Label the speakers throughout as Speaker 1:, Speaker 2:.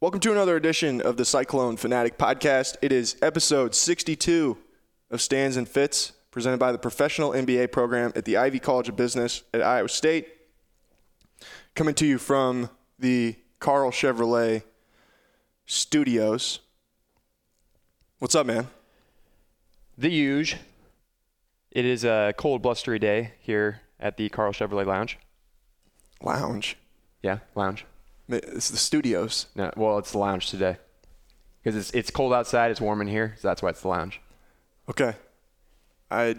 Speaker 1: Welcome to another edition of the Cyclone Fanatic Podcast. It is episode 62 of Stands and Fits, presented by the Professional MBA program at the Ivy College of Business at Iowa State. Coming to you from the Carl Chevrolet Studios. What's up, man?
Speaker 2: the huge. It is a cold, blustery day here at the Carl Chevrolet Lounge.
Speaker 1: Lounge.
Speaker 2: Yeah, lounge.
Speaker 1: It's the studios.
Speaker 2: No, well, it's the lounge today because it's it's cold outside. It's warm in here, so that's why it's the lounge.
Speaker 1: Okay. I.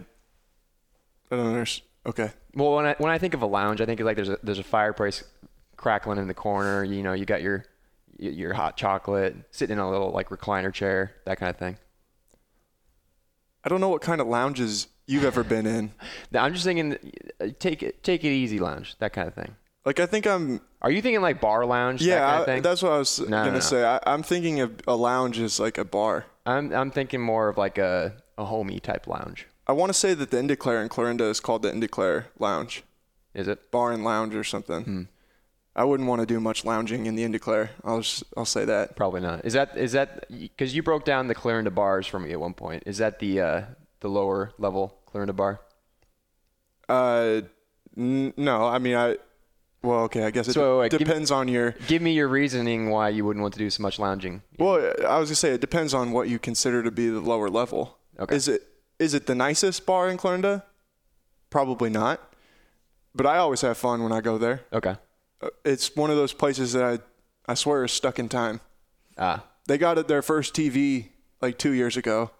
Speaker 1: I don't understand. Okay.
Speaker 2: Well, when I when I think of a lounge, I think of like there's a there's a fireplace crackling in the corner. You know, you got your y- your hot chocolate, sitting in a little like recliner chair, that kind of thing.
Speaker 1: I don't know what kind of lounges you've ever been in.
Speaker 2: Now, I'm just thinking, uh, take it take it easy, lounge, that kind of thing.
Speaker 1: Like, I think I'm
Speaker 2: Are you thinking like bar lounge? that
Speaker 1: Yeah,
Speaker 2: kind
Speaker 1: I-
Speaker 2: of thing?
Speaker 1: that's what I was
Speaker 2: no,
Speaker 1: gonna
Speaker 2: no.
Speaker 1: say. I, I'm thinking of a lounge as like a bar.
Speaker 2: I'm I'm thinking more of like a a homey type lounge.
Speaker 1: I want to say that the Indeclare in Clarinda is called the Indeclare Lounge,
Speaker 2: Is it?
Speaker 1: bar and lounge or something.
Speaker 2: Hmm.
Speaker 1: I wouldn't want to do much lounging in the Indeclare. I'll just, I'll say that.
Speaker 2: Probably not. Is that is that because you broke down the Clarinda bars for me at one point? Is that the uh, the lower level Clarinda bar?
Speaker 1: Uh, n- no, I mean I. Well, okay, I guess it
Speaker 2: So, wait, wait, give me-
Speaker 1: depends on your.
Speaker 2: Give me your reasoning why you wouldn't want to do so much lounging.
Speaker 1: Well, I was gonna say it depends on what you consider to be the lower level.
Speaker 2: Okay.
Speaker 1: Is it is it the nicest bar in Clarinda? Probably not. But I always have fun when I go there.
Speaker 2: Okay.
Speaker 1: Uh, it's one of those places that I, I swear is stuck in time.
Speaker 2: Ah,
Speaker 1: They got it their first TV like two years ago,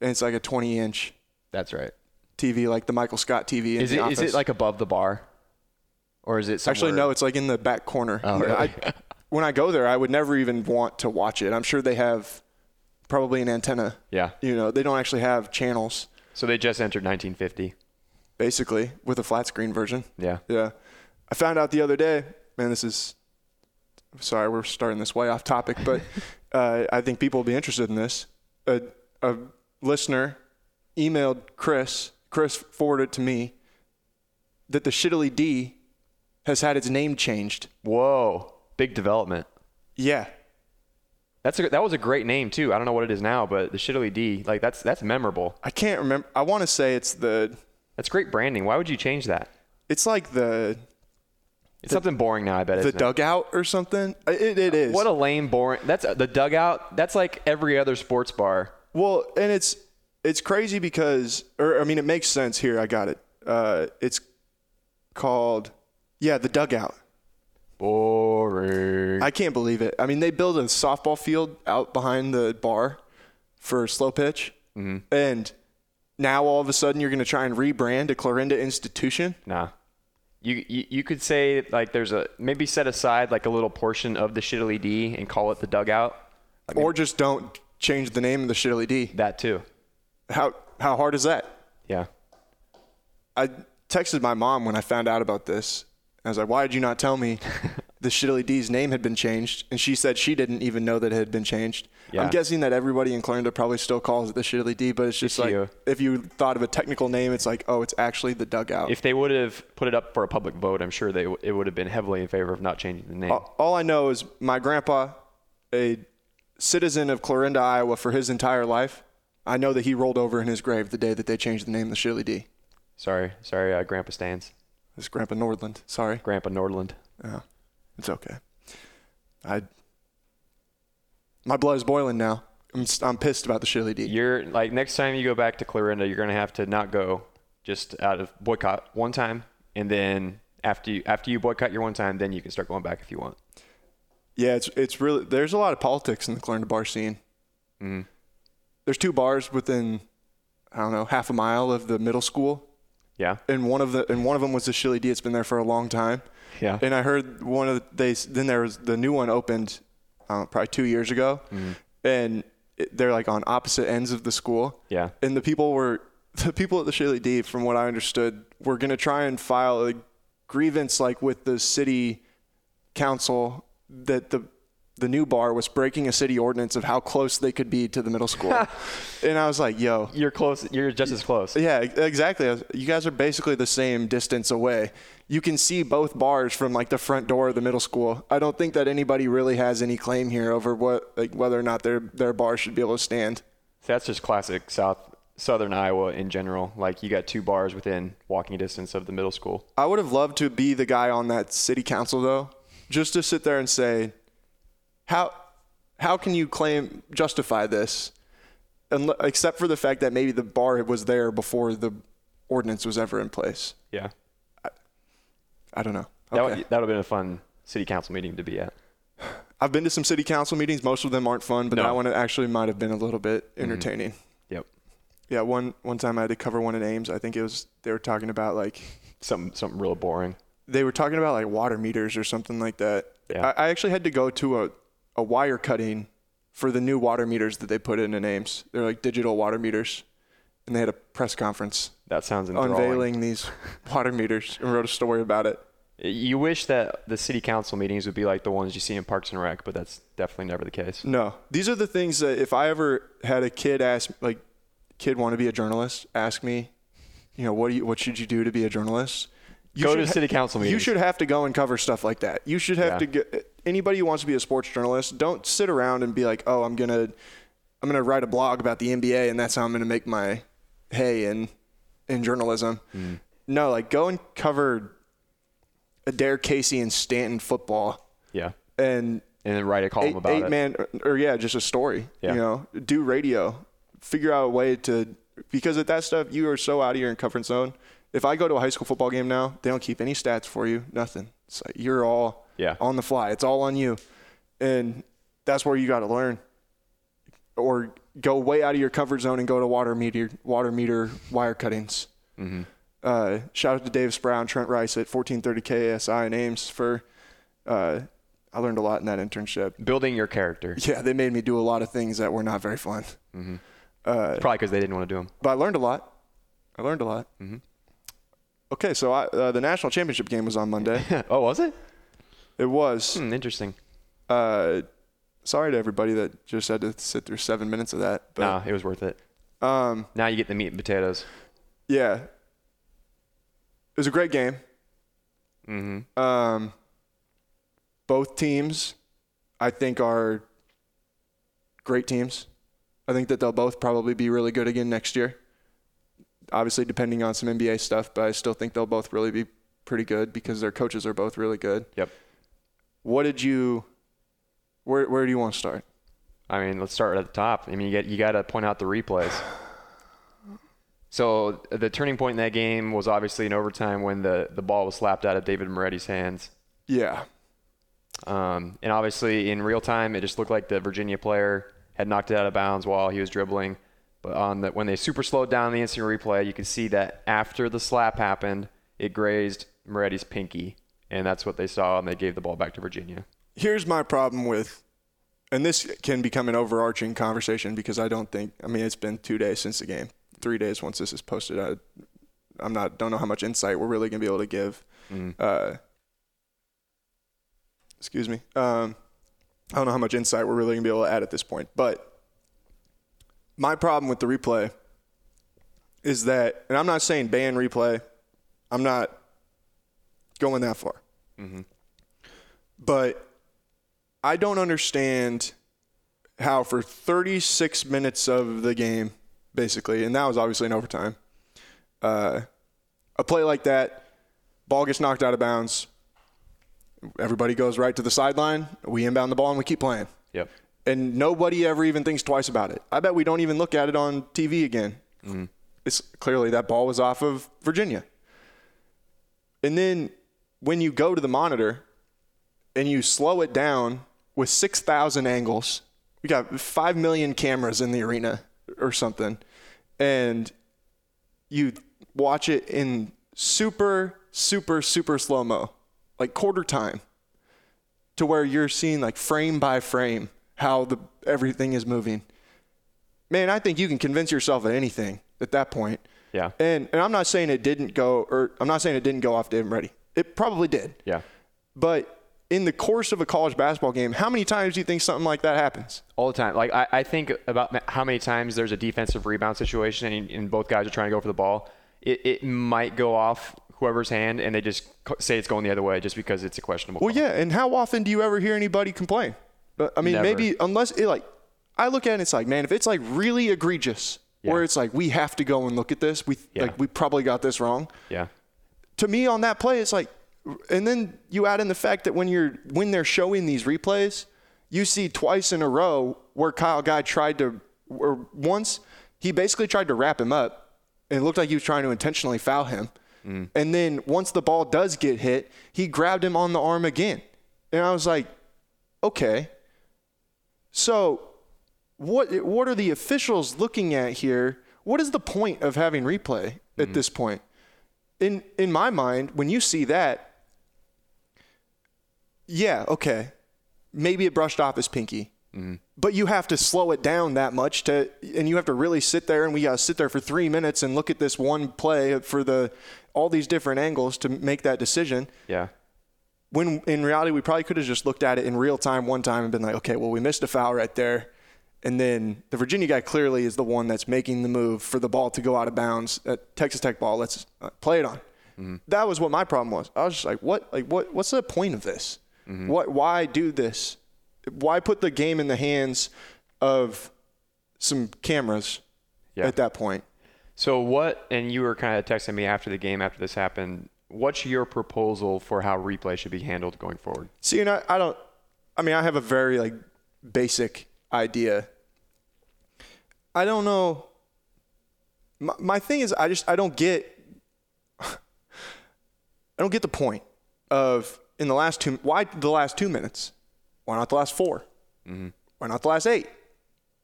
Speaker 1: and it's like a 20 inch
Speaker 2: that's right.
Speaker 1: TV, like the Michael Scott TV. In
Speaker 2: Is
Speaker 1: the
Speaker 2: it is
Speaker 1: office.
Speaker 2: it like above the bar, or is it somewhere?
Speaker 1: actually no? It's like in the back corner.
Speaker 2: Oh,
Speaker 1: And
Speaker 2: really?
Speaker 1: I, when I go there, I would never even want to watch it. I'm sure they have probably an antenna.
Speaker 2: Yeah.
Speaker 1: You know, they don't actually have channels
Speaker 2: So they just entered 1950.
Speaker 1: basically with a flat screen version.
Speaker 2: Yeah.
Speaker 1: Yeah. I found out the other day, man, this is sorry, we're starting this way off topic, but uh, I think people will be interested in this. A, a listener emailed Chris, Chris forwarded to me that the Shittily D has had its name changed.
Speaker 2: Whoa, big development.
Speaker 1: Yeah.
Speaker 2: That's a, that was a great name too. I don't know what it is now, but the Shittily D, like that's that's memorable.
Speaker 1: I can't remember. I want to say it's the,
Speaker 2: That's great branding. Why would you change that?
Speaker 1: it's like the,
Speaker 2: It's something boring now. I bet
Speaker 1: the
Speaker 2: isn't it?
Speaker 1: dugout or something. It, it is.
Speaker 2: What a lame, boring. That's the dugout. That's like every other sports bar.
Speaker 1: Well, and it's it's crazy because, or I mean, it makes sense here. I got it. Uh, it's called, yeah, the dugout.
Speaker 2: Boring.
Speaker 1: I can't believe it. I mean, they build a softball field out behind the bar for slow pitch, and now all of a sudden you're going to try and rebrand a Clarinda institution.
Speaker 2: nah. You, you you could say like there's a maybe set aside like a little portion of the shittily D and call it the dugout.
Speaker 1: or just don't change the name of the Shirley D.
Speaker 2: That too.
Speaker 1: How how hard is that?
Speaker 2: Yeah.
Speaker 1: I texted my mom when I found out about this. I was like, "Why did you not tell me the Shittily D's name had been changed?" And she said she didn't even know that it had been changed.
Speaker 2: Yeah.
Speaker 1: I'm guessing that everybody in Clarinda probably still calls it the Shittily D, but it's just like
Speaker 2: you-
Speaker 1: if you thought of a technical name, it's like, "Oh, it's actually the dugout."
Speaker 2: If they would have put it up for a public vote, I'm sure they w- it would have been heavily in favor of not changing the name.
Speaker 1: All I know is my grandpa, a citizen of Clarinda, Iowa, for his entire life. I know that he rolled over in his grave the day that they changed the name of the Shirley D.
Speaker 2: Sorry, sorry, uh, Grandpa Stans,
Speaker 1: It's Grandpa Nordland. Sorry.
Speaker 2: Grandpa Nordland.
Speaker 1: Oh, it's okay. I my blood is boiling now. I'm s- I'm pissed about the Shirley D.
Speaker 2: You're like next time you go back to Clarinda, you're gonna have to not go just out of boycott one time, and then after you after you boycott your one time, then you can start going back if you want.
Speaker 1: Yeah, it's it's really there's a lot of politics in the Clarinda bar scene. Mm-hmm. There's two bars within I don't know half a mile of the middle school,
Speaker 2: Yeah.
Speaker 1: and one of the and one of them was the Shirley D. It's been there for a long time.
Speaker 2: Yeah.
Speaker 1: And I heard one of the, they s- then there was the new one opened uh, probably two years ago,
Speaker 2: Mm-hmm.
Speaker 1: and it, they're like on opposite ends of the school.
Speaker 2: Yeah.
Speaker 1: and the people were the people at the Shirley D, from what I understood, were going to try and file a grievance like with the city council that the the new bar was breaking a city ordinance of how close they could be to the middle school. and I was like, yo.
Speaker 2: You're close. You're just as close.
Speaker 1: Yeah, ex- exactly. I was- You guys are basically the same distance away. You can see both bars from like the front door of the middle school. I don't think that anybody really has any claim here over what like whether or not their their bar should be able to stand.
Speaker 2: So that's just classic South Southern Iowa in general. Like you got two bars within walking distance of the middle school.
Speaker 1: I would have loved to be the guy on that city council though, just to sit there and say, how how can you claim justify this, Unle- except for the fact that maybe the bar was there before the ordinance was ever in place.
Speaker 2: Yeah.
Speaker 1: I don't know.
Speaker 2: That would that would have been a fun city council meeting to be at.
Speaker 1: I've been to some city council meetings. Most of them aren't fun, but
Speaker 2: No. Mm-hmm.
Speaker 1: that one actually might have been a little bit entertaining.
Speaker 2: Yep.
Speaker 1: Yeah, one one time I had to cover one in Ames. I think it was they were talking about like
Speaker 2: Something something real boring.
Speaker 1: they were talking about like water meters or something like that.
Speaker 2: Yeah.
Speaker 1: I, I actually had to go to a, a wire cutting for the new water meters that they put in in Ames. They're like digital water meters, and they had a press conference
Speaker 2: That sounds enthralling.
Speaker 1: unveiling these water meters and wrote a story about it.
Speaker 2: You wish that the city council meetings would be like the ones you see in Parks and Rec, but that's definitely never the case.
Speaker 1: No, these are the things that if I ever had a kid ask, like, kid want to be a journalist, ask me, you know, what do you, what should you do to be a journalist? You
Speaker 2: Go
Speaker 1: should
Speaker 2: to city council
Speaker 1: You
Speaker 2: meetings.
Speaker 1: should have to go and cover stuff like that. You should have
Speaker 2: Yeah.
Speaker 1: to get anybody who wants to be a sports journalist. Don't sit around and be like, oh, I'm gonna, I'm gonna write a blog about the NBA, and that's how I'm gonna make my hay in, in journalism.
Speaker 2: Mm.
Speaker 1: No, like go and cover Adair Casey and Stanton football,
Speaker 2: Yeah.
Speaker 1: and
Speaker 2: And then write a column
Speaker 1: eight,
Speaker 2: about
Speaker 1: eight
Speaker 2: it.
Speaker 1: man or, or yeah just a story
Speaker 2: Yeah.
Speaker 1: you know do radio figure out a way to because at that stuff you are so out of your comfort zone if i go to a high school football game now they don't keep any stats for you nothing it's like you're all
Speaker 2: Yeah.
Speaker 1: on the fly it's all on you and that's where you got to learn or go way out of your comfort zone and go to water meter water meter wire cuttings
Speaker 2: Mm-hmm.
Speaker 1: uh, shout out to Dave Sproul and Trent Rice at 1430 KSI and Ames for. Uh, I learned a lot in that internship.
Speaker 2: Building your character.
Speaker 1: Yeah, they made me do a lot of things that were not very fun. Uh,
Speaker 2: Probably because they didn't want to do them.
Speaker 1: But I learned a lot. I learned a lot. Okay, so I, uh, the national championship game was on Monday.
Speaker 2: oh, was it?
Speaker 1: it was.
Speaker 2: Hmm, interesting.
Speaker 1: Uh, sorry to everybody that just had to sit through seven minutes of that. But
Speaker 2: Nah, it was worth it.
Speaker 1: um,
Speaker 2: Now you get the meat and potatoes.
Speaker 1: yeah, it was a great game.
Speaker 2: Mm-hmm.
Speaker 1: Um, both teams, I think, are great teams. I think that they'll both probably be really good again next year. Obviously, depending on some NBA stuff, but I still think they'll both really be pretty good because their coaches are both really good.
Speaker 2: Yep.
Speaker 1: What did you? Where Where do you want to start?
Speaker 2: I mean, let's start at the top. I mean, you get you got to point out the replays. So the turning point in that game was obviously in overtime when the, the ball was slapped out of David Moretti's hands.
Speaker 1: Yeah,
Speaker 2: Um, and obviously, in real time, it just looked like the Virginia player had knocked it out of bounds while he was dribbling. But on the, when they super slowed down the instant replay, you can see that after the slap happened, it grazed Moretti's pinky, and that's what they saw, and they gave the ball back to Virginia.
Speaker 1: here's my problem with, and this can become an overarching conversation because I don't think. I mean, it's been two days since the game, three days once this is posted. I, I'm not don't know how much insight we're really gonna be able to give. Uh, excuse me. Um, I don't know how much insight we're really gonna be able to add at this point. But my problem with the replay is that, and I'm not saying ban replay. I'm not going that far. But I don't understand how for 36 minutes of the game, basically, and that was obviously in overtime, uh, a play like that, ball gets knocked out of bounds, everybody goes right to the sideline, we inbound the ball and we keep playing.
Speaker 2: Yep.
Speaker 1: And nobody ever even thinks twice about it. I bet we don't even look at it on TV again. It's clearly that ball was off of Virginia. And then when you go to the monitor and you slow it down with 6,000 angles, we got 5 million cameras in the arena or something, and you watch it in super, super, super slow mo, like quarter time, to where you're seeing like frame by frame how the everything is moving. Man, I think you can convince yourself of anything at that point.
Speaker 2: Yeah.
Speaker 1: And and I'm not saying it didn't go or I'm not saying it didn't go off David Ready. It probably did.
Speaker 2: Yeah.
Speaker 1: But in the course of a college basketball game, how many times do you think something like that happens?
Speaker 2: all the time. Like I, I think about ma- how many times there's a defensive rebound situation and, and both guys are trying to go for the ball. It, it might go off whoever's hand and they just co- say it's going the other way just because it's a questionable.
Speaker 1: Well,
Speaker 2: call.
Speaker 1: yeah, and how often do you ever hear anybody complain? But I mean,
Speaker 2: Never.
Speaker 1: maybe unless it like, I look at it, and it's like, man, if it's like really egregious, where
Speaker 2: Yeah.
Speaker 1: it's like we have to go and look at this, we
Speaker 2: Yeah.
Speaker 1: like we probably got this wrong.
Speaker 2: yeah,
Speaker 1: To me, on that play, it's like, and then you add in the fact that when you're when they're showing these replays, you see twice in a row where Kyle Guy tried to, or once he basically tried to wrap him up, and it looked like he was trying to intentionally foul him. And then once the ball does get hit, he grabbed him on the arm again. And I was like, okay. So what what are the officials looking at here? What is the point of having replay at this point? In in my mind, when you see that, yeah, okay. Maybe it brushed off his pinky. But you have to slow it down that much to, and you have to really sit there, and we gotta sit there for three minutes and look at this one play for the all these different angles to make that decision
Speaker 2: yeah,
Speaker 1: when in reality we probably could have just looked at it in real time one time and been like, okay, well we missed a foul right there, and then the Virginia guy clearly is the one that's making the move for the ball to go out of bounds at Texas Tech ball. Let's uh, play it on. That was what my problem was. I was just like, what, like what, what's the point of this? What, why do this? Why put the game in the hands of some cameras
Speaker 2: yeah.
Speaker 1: at that point?
Speaker 2: So what? And you were kind of texting me after the game after this happened. What's your proposal for how replay should be handled going forward?
Speaker 1: See, and I, I don't. I mean, I have a very like basic idea. I don't know. My, my thing is, I just I don't get. I don't get the point of in the last two. Why the last two minutes? Why not the last 4 Why not the last eight?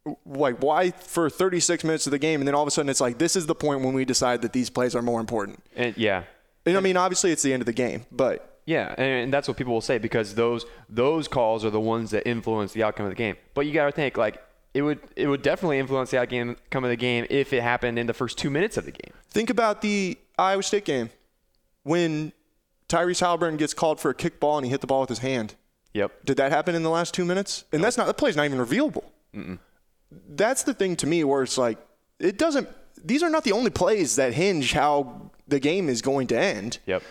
Speaker 1: W- Like why for 36 minutes of the game, and then all of a sudden it's like this is the point when we decide that these plays are more important.
Speaker 2: And yeah,
Speaker 1: And I mean, obviously it's the end of the game, but
Speaker 2: Yeah, and, and that's what people will say because those those calls are the ones that influence the outcome of the game. But you got to think like it would it would definitely influence the outcome outcome of the game if it happened in the first two minutes of the game.
Speaker 1: Think about the Iowa State game when Tyrese Halliburton gets called for a kick ball and he hit the ball with his hand.
Speaker 2: Yep.
Speaker 1: Did that happen in the last two minutes? And that's not that play's not even revealable. That's the thing to me where it's like it doesn't. These are not the only plays that hinge how the game is going to end.
Speaker 2: Yep.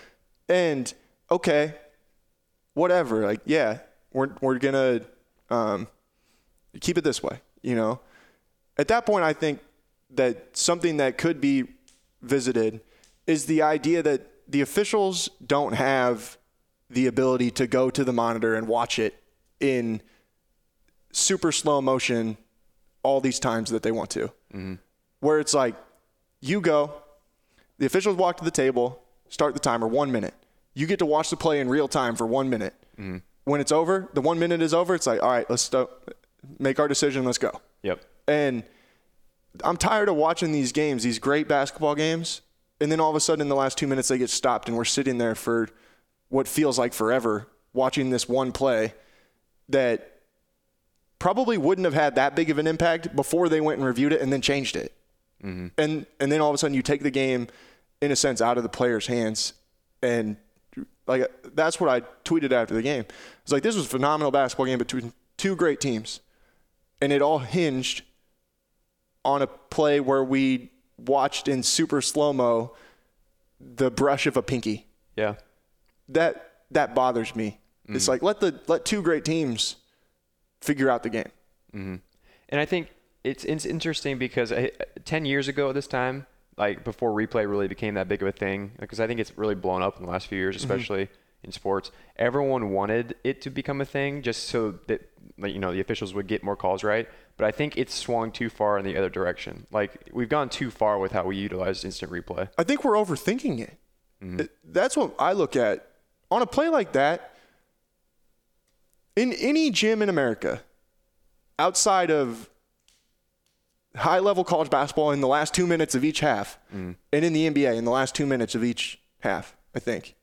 Speaker 1: And okay, whatever. Like, yeah, we're we're gonna um, keep it this way. You know, at that point, I think that something that could be visited is the idea that the officials don't have the ability to go to the monitor and watch it in super slow motion all these times that they want to. Where it's like, you go, the officials walk to the table, start the timer, one minute. You get to watch the play in real time for one minute. When it's over, the one minute is over. It's like, all right, let's sto- make our decision. Let's go.
Speaker 2: Yep.
Speaker 1: And I'm tired of watching these games, these great basketball games, and then all of a sudden in the last two minutes they get stopped and we're sitting there for what feels like forever watching this one play that probably wouldn't have had that big of an impact before they went and reviewed it and then changed it. And and then all of a sudden you take the game in a sense out of the player's hands and like that's what I tweeted after the game. It's like this was a phenomenal basketball game between two great teams and it all hinged on a play where we watched in super slow mo the brush of a pinky.
Speaker 2: Yeah.
Speaker 1: That that bothers me. It's like let the let two great teams figure out the game.
Speaker 2: And I think it's it's interesting because I, ten years ago at this time, like before replay really became that big of a thing, because I think it's really blown up in the last few years, especially in sports. Everyone wanted it to become a thing just so that like, you know the officials would get more calls right. But I think it's swung too far in the other direction. Like we've gone too far with how we utilize instant replay.
Speaker 1: I think we're overthinking it. It- That's what I look at on a play like that. In any gym in America, outside of high level college basketball in the last two minutes of each half, and in the NBA in the last two minutes of each half, I think.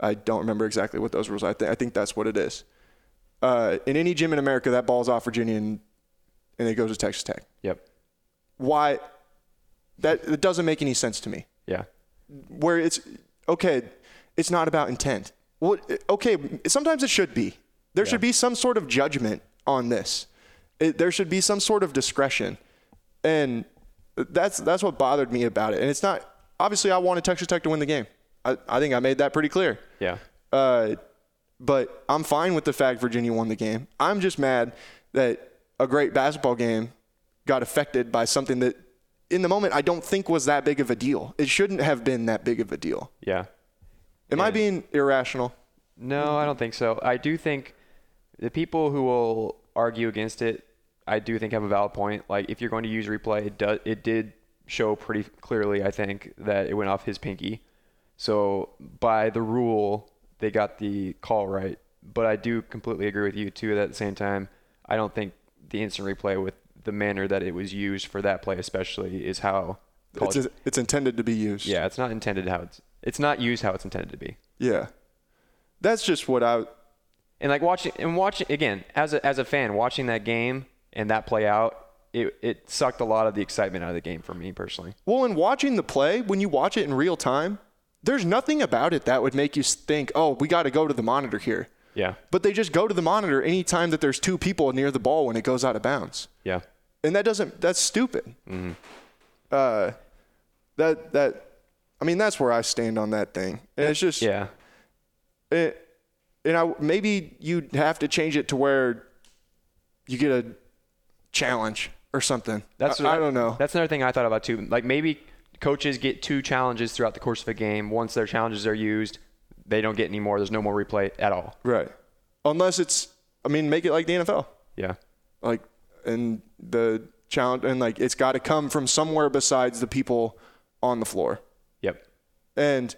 Speaker 1: I don't remember exactly what those rules. I, th- I think that's what it is. Uh, in any gym in America, that ball's off Virginia and, and it goes to Texas Tech.
Speaker 2: Yep.
Speaker 1: Why? That it doesn't make any sense to me
Speaker 2: Yeah.
Speaker 1: where it's okay, it's not about intent. What? Okay, sometimes it should be. There should be some sort of judgment on this. It, there should be some sort of discretion, and that's that's what bothered me about it. And it's not obviously I wanted Texas Tech to win the game. I, I think I made that pretty clear.
Speaker 2: Yeah.
Speaker 1: Uh, but I'm fine with the fact Virginia won the game. I'm just mad that a great basketball game got affected by something that, in the moment, I don't think was that big of a deal. It shouldn't have been that big of a deal.
Speaker 2: Yeah.
Speaker 1: Am I being irrational?
Speaker 2: No, I don't think so. I do think the people who will argue against it, I do think have a valid point. Like if you're going to use replay, it does it did show pretty clearly, I think, that it went off his pinky. So by the rule, they got the call right. But I do completely agree with you too. At the same time, I don't think the instant replay with the manner that it was used for that play, especially, is how.
Speaker 1: It's,
Speaker 2: college-
Speaker 1: it's intended to be used.
Speaker 2: yeah, it's not intended how it's it's not used how it's intended to be.
Speaker 1: Yeah. That's just what I.
Speaker 2: And like watching and watching again as a as a fan watching that game and that play out, it it sucked a lot of the excitement out of the game for me personally.
Speaker 1: Well, in watching the play, when you watch it in real time, there's nothing about it that would make you think, oh, we got to go to the monitor here.
Speaker 2: Yeah.
Speaker 1: But they just go to the monitor anytime that there's two people near the ball when it goes out of bounds.
Speaker 2: Yeah.
Speaker 1: and that doesn't that's stupid
Speaker 2: Mm-hmm.
Speaker 1: uh that that i mean that's where i stand on that thing and it's just
Speaker 2: Yeah.
Speaker 1: it, and i maybe you'd have to change it to where you get a challenge or something
Speaker 2: That's
Speaker 1: i, I don't know
Speaker 2: That's another thing I thought about too. Like maybe coaches get two challenges throughout the course of a game. Once their challenges are used, they don't get any more. There's no more replay at all.
Speaker 1: right unless it's i mean make it like the nfl
Speaker 2: Yeah.
Speaker 1: like and the challenge and like it's got to come from somewhere besides the people on the floor
Speaker 2: Yep.
Speaker 1: And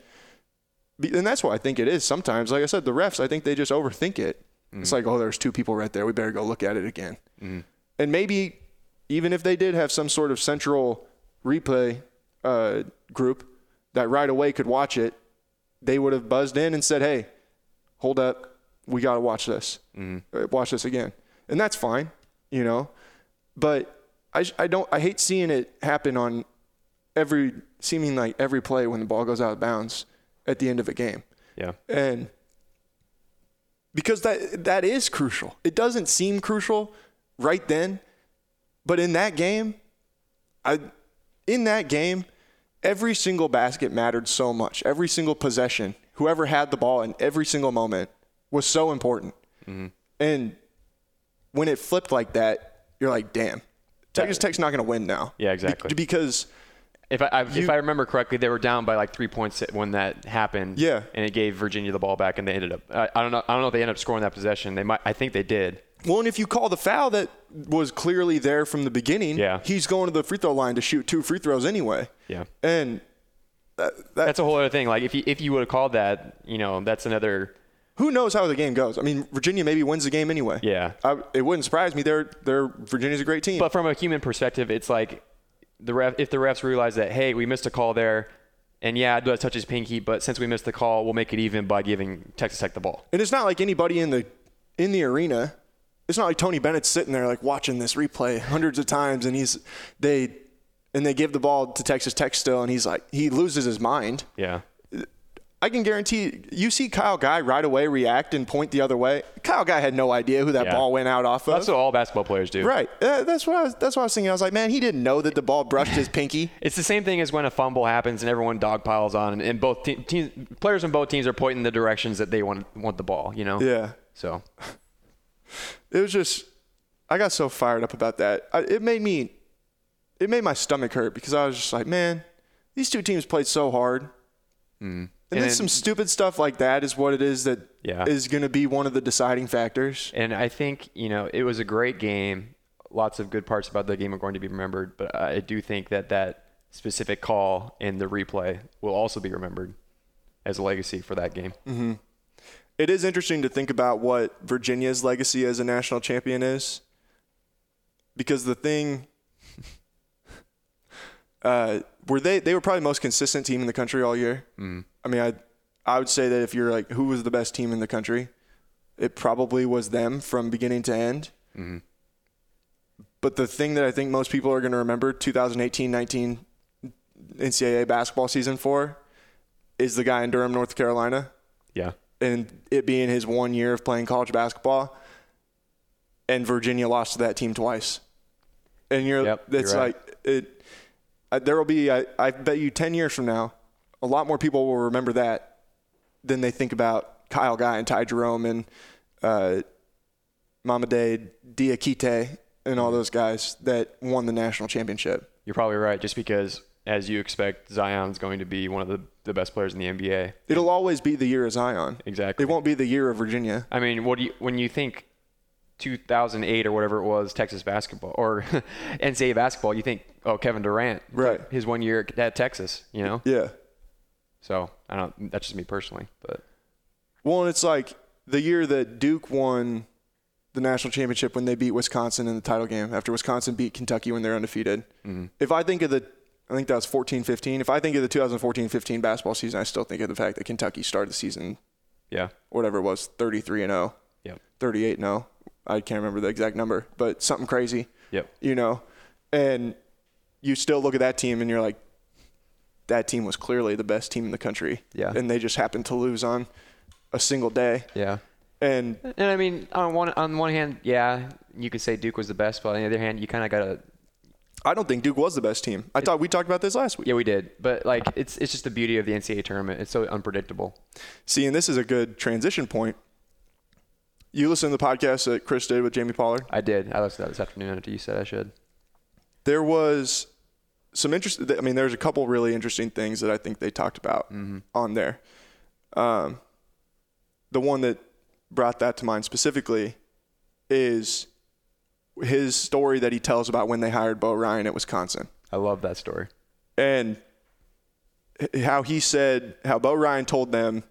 Speaker 1: be- and that's why I think it is sometimes. Like I said, the refs, I think they just overthink it. It's like, oh, there's two people right there. We better go look at it again. And maybe even if they did have some sort of central replay uh, group that right away could watch it, they would have buzzed in and said, hey, hold up. We got to watch this. Uh, Watch this again. And that's fine, you know? But I, sh- I don't, I hate seeing it happen on every seeming like every play when the ball goes out of bounds at the end of a game.
Speaker 2: Yeah.
Speaker 1: And because that that is crucial. It doesn't seem crucial right then, but in that game, I in that game, every single basket mattered so much. Every single possession, whoever had the ball in every single moment was so important.
Speaker 2: Mm-hmm.
Speaker 1: And when it flipped like that, you're like, damn. Texas Tech's not going to win now.
Speaker 2: Yeah, exactly.
Speaker 1: Be- because
Speaker 2: If I, I if I remember correctly, they were down by like three points when that happened.
Speaker 1: Yeah.
Speaker 2: And it gave Virginia the ball back, and they ended up. I, I don't know. I don't know if they ended up scoring that possession. They might. I think they did.
Speaker 1: Well, and if you call the foul that was clearly there from the beginning,
Speaker 2: Yeah.
Speaker 1: he's going to the free throw line to shoot two free throws anyway.
Speaker 2: Yeah.
Speaker 1: And
Speaker 2: That's a whole other thing. Like if you if you would have called that, you know, that's another.
Speaker 1: who knows how the game goes? I mean, Virginia maybe wins the game anyway.
Speaker 2: Yeah.
Speaker 1: I, it wouldn't surprise me. They're, they're Virginia's a great team.
Speaker 2: But from a human perspective, it's like the ref. If the refs realize that, hey, we missed a call there, and yeah, it does touch his pinky, but since we missed the call, we'll make it even by giving Texas Tech the ball.
Speaker 1: and it's not like anybody in the in the arena. It's not like Tony Bennett's sitting there like watching this replay hundreds of times, and he's they and they give the ball to Texas Tech still, and he's like he loses his mind.
Speaker 2: Yeah.
Speaker 1: I can guarantee you see Kyle Guy right away react and point the other way. Kyle Guy had no idea who that
Speaker 2: Yeah.
Speaker 1: ball went out off of.
Speaker 2: That's what all basketball players do.
Speaker 1: right. Uh, that's what I was. That's what I was thinking. I was like, man, he didn't know that the ball brushed his pinky.
Speaker 2: It's the same thing as when a fumble happens and everyone dogpiles on, and, and both te- teams, players on both teams are pointing the directions that they want want the ball. You know.
Speaker 1: Yeah.
Speaker 2: So
Speaker 1: It was just. I got so fired up about that. I, it made me. It made my stomach hurt because I was just like, man, these two teams played so hard. And, then
Speaker 2: Mm. And-
Speaker 1: some stupid stuff like that is what it is that is
Speaker 2: Yeah.
Speaker 1: going to be one of the deciding factors.
Speaker 2: And I think, you know, it was a great game. Lots of good parts about the game are going to be remembered, but I do think that that specific call and the replay will also be remembered as a legacy for that game.
Speaker 1: Mm. it is interesting to think about what Virginia's legacy as a national champion is, because the thing, uh, were they they were probably the most consistent team in the country all year. Mm. I mean, I I would say that if you're like who was the best team in the country, it probably was them from beginning to end. But the thing that I think most people are going to remember 2018-19 NCAA basketball season for is the guy in Durham, North Carolina
Speaker 2: Yeah.
Speaker 1: and it being his one year of playing college basketball, and Virginia lost to that team twice. And you're
Speaker 2: Yep, you're
Speaker 1: that's
Speaker 2: right.
Speaker 1: like it. I, there will be I, I bet you ten years from now, a lot more people will remember that than they think about Kyle Guy and Ty Jerome and uh, Mama Day Diakite and
Speaker 2: Mm-hmm.
Speaker 1: all those guys that won the national championship.
Speaker 2: You're probably right, just because, as you expect, Zion's going to be one of the, the best players in the NBA.
Speaker 1: It'll always be the year of Zion.
Speaker 2: Exactly.
Speaker 1: It won't be the year of Virginia.
Speaker 2: I mean, what do you, when you think 2008 or whatever it was, Texas basketball or NCAA basketball, you think, oh, Kevin Durant,
Speaker 1: Right.
Speaker 2: His one year at Texas, you know.
Speaker 1: Yeah.
Speaker 2: So I don't. That's just me personally, but
Speaker 1: Well, and it's like the year that Duke won the national championship when they beat Wisconsin in the title game after Wisconsin beat Kentucky when they're undefeated.
Speaker 2: Mm-hmm.
Speaker 1: If I think of the, I think that was 14 15. If I think of the 2014 15 basketball season, I still think of the fact that Kentucky started the season,
Speaker 2: yeah,
Speaker 1: whatever it was, 33 and 0,
Speaker 2: yep,
Speaker 1: 38 and 0. I can't remember the exact number, but something crazy,
Speaker 2: yep,
Speaker 1: you know? And you still look at that team and you're like, that team was clearly the best team in the country.
Speaker 2: Yeah.
Speaker 1: And they just happened to lose on a single day.
Speaker 2: yeah.
Speaker 1: And
Speaker 2: And I mean, on one on one hand, yeah, you could say Duke was the best, but on the other hand, you kind of gotta.
Speaker 1: I don't think Duke was the best team. I thought we talked about this last week.
Speaker 2: Yeah, we did, but like, it's it's just the beauty of the NCAA tournament. It's so unpredictable.
Speaker 1: See, and this is a good transition point. You listen to the podcast that Chris did with Jamie Pollard.
Speaker 2: I did. I listened to that this afternoon after you said I should.
Speaker 1: There was some interest. I mean, there's a couple really interesting things that I think they talked about on there. Um, the one that brought that to mind specifically is his story that he tells about when they hired Bo Ryan at Wisconsin.
Speaker 2: I love that story.
Speaker 1: and h- how he said how Bo Ryan told them,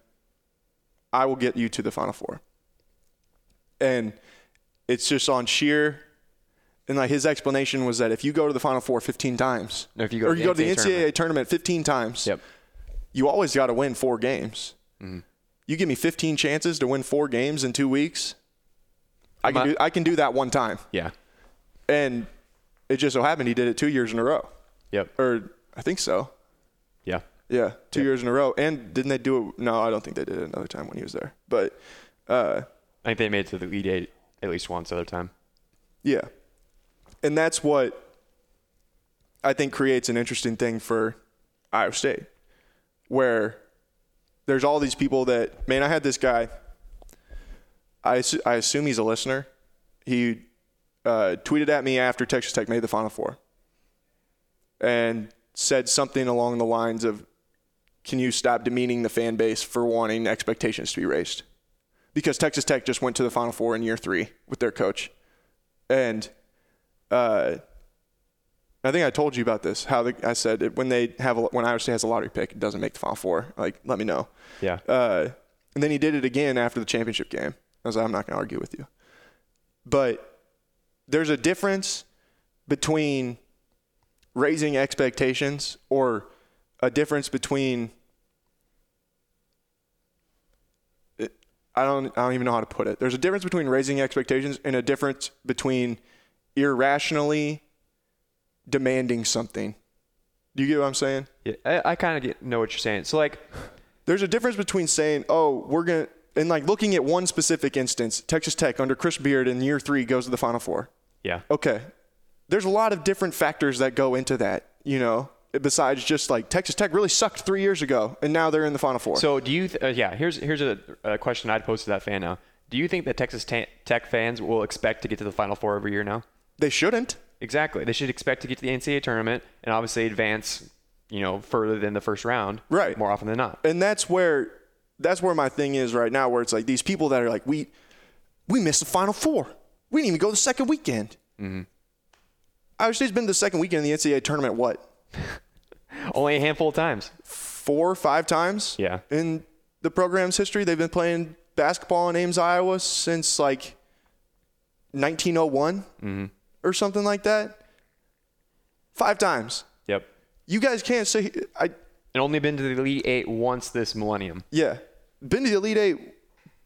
Speaker 1: "I will get you to the Final Four. and it's just on sheer. And like his explanation was that if you go to the Final Four 15 times,
Speaker 2: No, if you go
Speaker 1: or
Speaker 2: to
Speaker 1: you go
Speaker 2: the
Speaker 1: to the
Speaker 2: NCAA
Speaker 1: NCAA tournament, 15 times,
Speaker 2: Yep. Mm-hmm.
Speaker 1: you always got to win four games. You give me 15 chances to win four games in two weeks, I can
Speaker 2: My-
Speaker 1: do, I can do that one time.
Speaker 2: Yeah.
Speaker 1: And it just so happened he did it two years in a row,
Speaker 2: Yep.
Speaker 1: or I think so.
Speaker 2: Yeah.
Speaker 1: Yeah, two years in a row. And didn't they do it? No, I don't think they did it another time when he was there. But uh,
Speaker 2: I think they made it to the lead eight at least once other time.
Speaker 1: yeah, and that's what I think creates an interesting thing for Iowa State, where there's all these people that man. I had this guy. I assu- I assume he's a listener. He uh, tweeted at me after Texas Tech made the Final Four, and said something along the lines of, "Can you stop demeaning the fan base for wanting expectations to be raised?" Because Texas Tech just went to the Final Four in year three with their coach, and uh, I think I told you about this. How the, I said it, when they have a, when Iowa State has a lottery pick, it doesn't make the Final Four. Like, let me know.
Speaker 2: Yeah.
Speaker 1: Uh, and then he did it again after the championship game. I was like, I'm not going to argue with you. But there's a difference between raising expectations or a difference between. it- I don't, I don't even know how to put it. There's a difference between raising expectations and a difference between irrationally demanding something. Do you get what I'm saying?
Speaker 2: yeah. I, I kind of get know what you're saying. So like,
Speaker 1: There's a difference between saying, "Oh, we're gonna," and like looking at one specific instance. Texas Tech under Chris Beard in year three goes to the Final Four.
Speaker 2: yeah.
Speaker 1: Okay, there's a lot of different factors that go into that. You know, besides just like Texas Tech really sucked three years ago, and now they're in the Final Four.
Speaker 2: So do you? Th- uh, yeah. Here's here's a, a question I'd pose to that fan now. Do you think that Texas Ta- Tech fans will expect to get to the Final Four every year now?
Speaker 1: they shouldn't.
Speaker 2: Exactly. They should expect to get to the NCAA tournament and obviously advance, you know, further than the first round.
Speaker 1: Right.
Speaker 2: More often than not.
Speaker 1: and that's where that's where my thing is right now where it's like these people that are like we we missed the final four we didn't even go the second weekend mm-hmm. iowa state's been to the second weekend in the ncaa tournament what
Speaker 2: Only a handful of times.
Speaker 1: four or five times
Speaker 2: Yeah.
Speaker 1: in the program's history they've been playing basketball in ames iowa since like 1901 or something like that five times
Speaker 2: Yep.
Speaker 1: you guys can't say i
Speaker 2: And only been to the Elite Eight once this millennium.
Speaker 1: Yeah. Been to the Elite Eight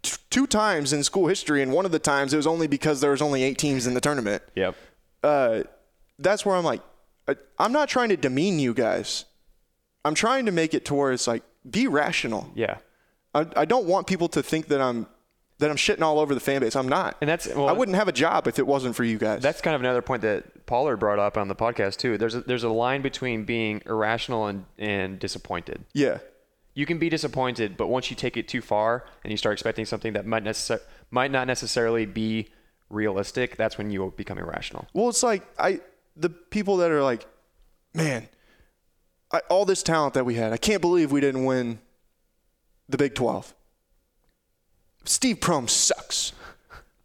Speaker 1: t- two times in school history, and one of the times it was only because there was only eight teams in the tournament.
Speaker 2: Yep.
Speaker 1: Uh, that's where I'm like, I, I'm not trying to demean you guys. I'm trying to make it to where it's like, be rational.
Speaker 2: Yeah.
Speaker 1: I, I don't want people to think that I'm that I'm shitting all over the fan base. I'm not.
Speaker 2: And that's- well-
Speaker 1: I wouldn't have a job if it wasn't for you guys.
Speaker 2: That's kind of another point that Pollard brought up on the podcast too. There's a, there's a line between being irrational and, and disappointed.
Speaker 1: yeah.
Speaker 2: You can be disappointed, but once you take it too far and you start expecting something that might necessar- might not necessarily be realistic, that's when you become irrational.
Speaker 1: Well, it's like I the people that are like, man, I, all this talent that we had, I can't believe we didn't win the Big Twelve. Steve Prohm sucks.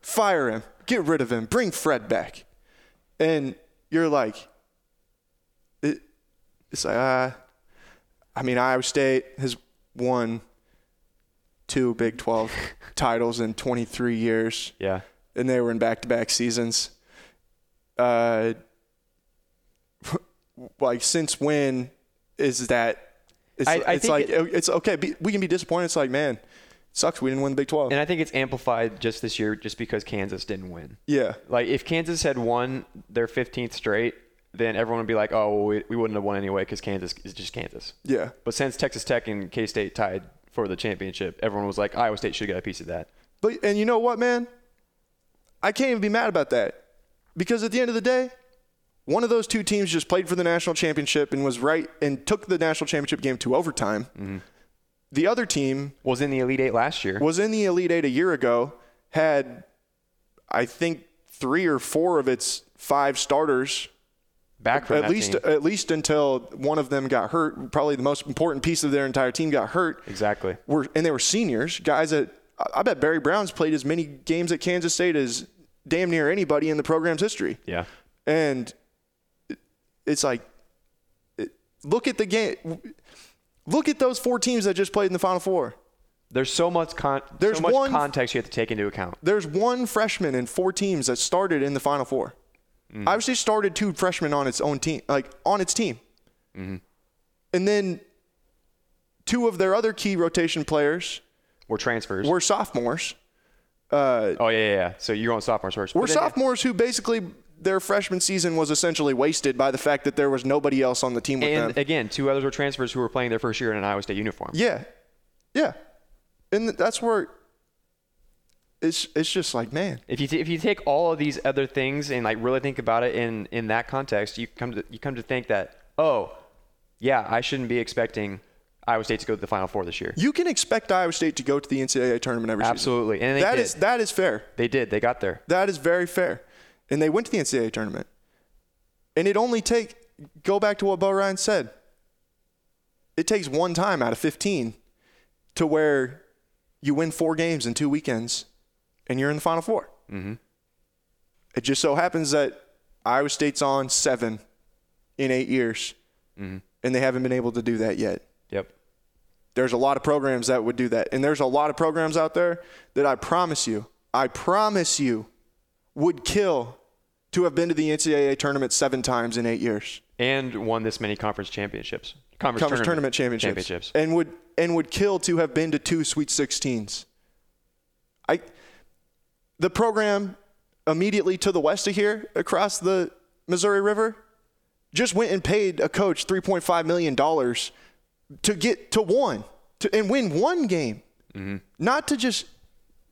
Speaker 1: Fire him. Get rid of him. Bring Fred back. And you're like, it, it's like, uh, I mean, Iowa State has won two Big 12 titles in 23 years
Speaker 2: Yeah.
Speaker 1: and they were in back-to-back seasons. Uh, like since when is that? It's,
Speaker 2: I- I
Speaker 1: it's
Speaker 2: think
Speaker 1: like
Speaker 2: it-
Speaker 1: it's okay. Be, we can be disappointed. It's like man, sucks. We didn't win the Big Twelve.
Speaker 2: And I think it's amplified just this year just because Kansas didn't win.
Speaker 1: yeah,
Speaker 2: Like if Kansas had won their 15th straight, then everyone would be like, "Oh, well, we, we wouldn't have won anyway because Kansas is just Kansas."
Speaker 1: yeah.
Speaker 2: But since Texas Tech and K State tied for the championship, everyone was like, Iowa State should get a piece of that.
Speaker 1: But and you know what, man? I can't even be mad about that because at the end of the day, one of those two teams just played for the national championship and was right and took the national championship game to overtime.
Speaker 2: Mm-hmm.
Speaker 1: The other team
Speaker 2: Was in the Elite Eight last year.
Speaker 1: was in the Elite Eight a year ago, had I think three or four of its five starters,
Speaker 2: Back from
Speaker 1: at
Speaker 2: that
Speaker 1: least
Speaker 2: team.
Speaker 1: at least until one of them got hurt. Probably the most important piece of their entire team got hurt.
Speaker 2: exactly.
Speaker 1: Were and they were seniors, guys that I I bet Barry Brown's played as many games at Kansas State as damn near anybody in the program's history.
Speaker 2: Yeah.
Speaker 1: And it- it's like, it- look at the game. Look at those four teams that just played in the Final Four.
Speaker 2: There's so much con-
Speaker 1: There's
Speaker 2: so much
Speaker 1: one-
Speaker 2: context you have to take into account.
Speaker 1: there's one freshman in four teams that started in the final four.
Speaker 2: Mm-hmm.
Speaker 1: Iowa State started two freshmen on its own team, like on its team,
Speaker 2: Mm-hmm.
Speaker 1: and then two of their other key rotation players
Speaker 2: We're transfers.
Speaker 1: were sophomores. Uh,
Speaker 2: oh yeah, yeah, yeah. So you're going sophomores first.
Speaker 1: Were
Speaker 2: But then-
Speaker 1: sophomores who basically their freshman season was essentially wasted by the fact that there was nobody else on the team with
Speaker 2: And
Speaker 1: them.
Speaker 2: again, two others were transfers who were playing their first year in an Iowa State uniform.
Speaker 1: yeah, yeah, and that's where it's it's just like man,
Speaker 2: If you, t- if you take all of these other things and like really think about it in, in that context, you come to you come to think that oh, yeah, I shouldn't be expecting Iowa State to go to the Final Four this year.
Speaker 1: you can expect Iowa State to go to the NCAA tournament every
Speaker 2: Absolutely,
Speaker 1: season.
Speaker 2: and they
Speaker 1: That
Speaker 2: did.
Speaker 1: is that is fair.
Speaker 2: they did. They got there.
Speaker 1: That is very fair. And they went to the NCAA tournament. And it only take go back to what Bo Ryan said. It takes one time out of 15 to where you win four games in two weekends and you're in the final 4 Mm-hmm. It just so happens that Iowa State's on seven in eight years,
Speaker 2: Mm-hmm.
Speaker 1: and they haven't been able to do that yet.
Speaker 2: Yep.
Speaker 1: There's a lot of programs that would do that. And there's a lot of programs out there that I promise you, I promise you, would kill to have been to the NCAA tournament seven times in eight years.
Speaker 2: And won this many conference championships. Conference,
Speaker 1: Conference tournament, championships.
Speaker 2: championships.
Speaker 1: And would and would kill to have been to two Sweet Sixteens. I the program immediately to the west of here, across the Missouri River, just went and paid a coach three point five million dollars to get to one to, and win one game, not to just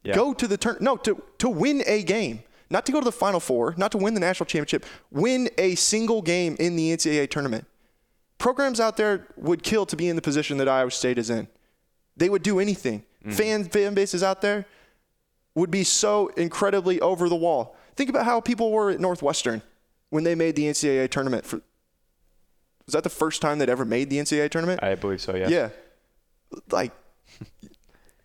Speaker 2: Yeah.
Speaker 1: go to the turn. No, to to win a game, not to go to the Final Four, not to win the national championship, win a single game in the NCAA tournament. Programs out there would kill to be in the position that Iowa State is in. They would do anything. Fan fan bases out there would be so incredibly over the wall. Think about how people were at Northwestern when they made the NCAA tournament. For, was that the first time they'd ever made the NCAA tournament?
Speaker 2: I believe so. Yeah.
Speaker 1: yeah. Like,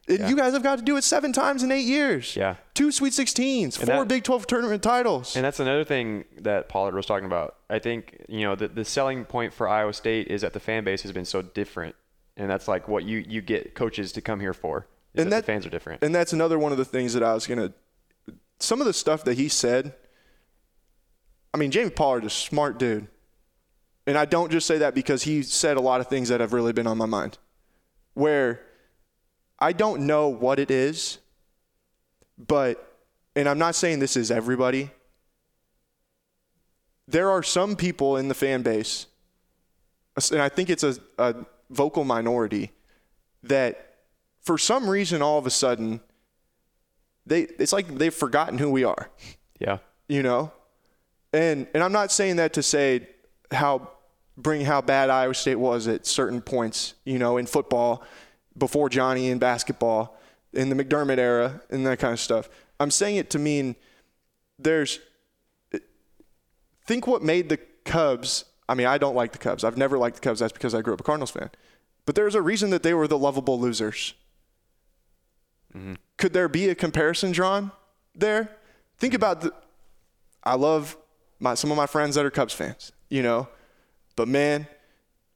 Speaker 1: and you guys have got to do it seven times in eight years.
Speaker 2: Yeah.
Speaker 1: Two Sweet 16s, four
Speaker 2: that-
Speaker 1: Big 12 tournament titles.
Speaker 2: And that's another thing that Pollard was talking about. I think you know the, the selling point for Iowa State is that the fan base has been so different, and that's like what you you get coaches to come here for. Is
Speaker 1: And
Speaker 2: that,
Speaker 1: that-
Speaker 2: the fans are different.
Speaker 1: And that's another one of the things that I was going to. Some of the stuff that he said, I mean, Jamie Pollard is a smart dude. And I don't just say that because he said a lot of things that have really been on my mind. Where I don't know what it is, but, and I'm not saying this is everybody, there are some people in the fan base, and I think it's a, a vocal minority, that for some reason, all of a sudden, they it's like they've forgotten who we are,
Speaker 2: Yeah.
Speaker 1: you know. And and I'm not saying that to say how bring how bad Iowa State was at certain points, you know, in football before Johnny in basketball in the McDermott era and that kind of stuff. I'm saying it to mean there's think what made the Cubs. I mean, I don't like the Cubs. I've never liked the Cubs. That's because I grew up a Cardinals fan. But there's a reason that they were the lovable losers. Could there be a comparison drawn there? Think about the. I love my some of my friends that are Cubs fans, you know, but man,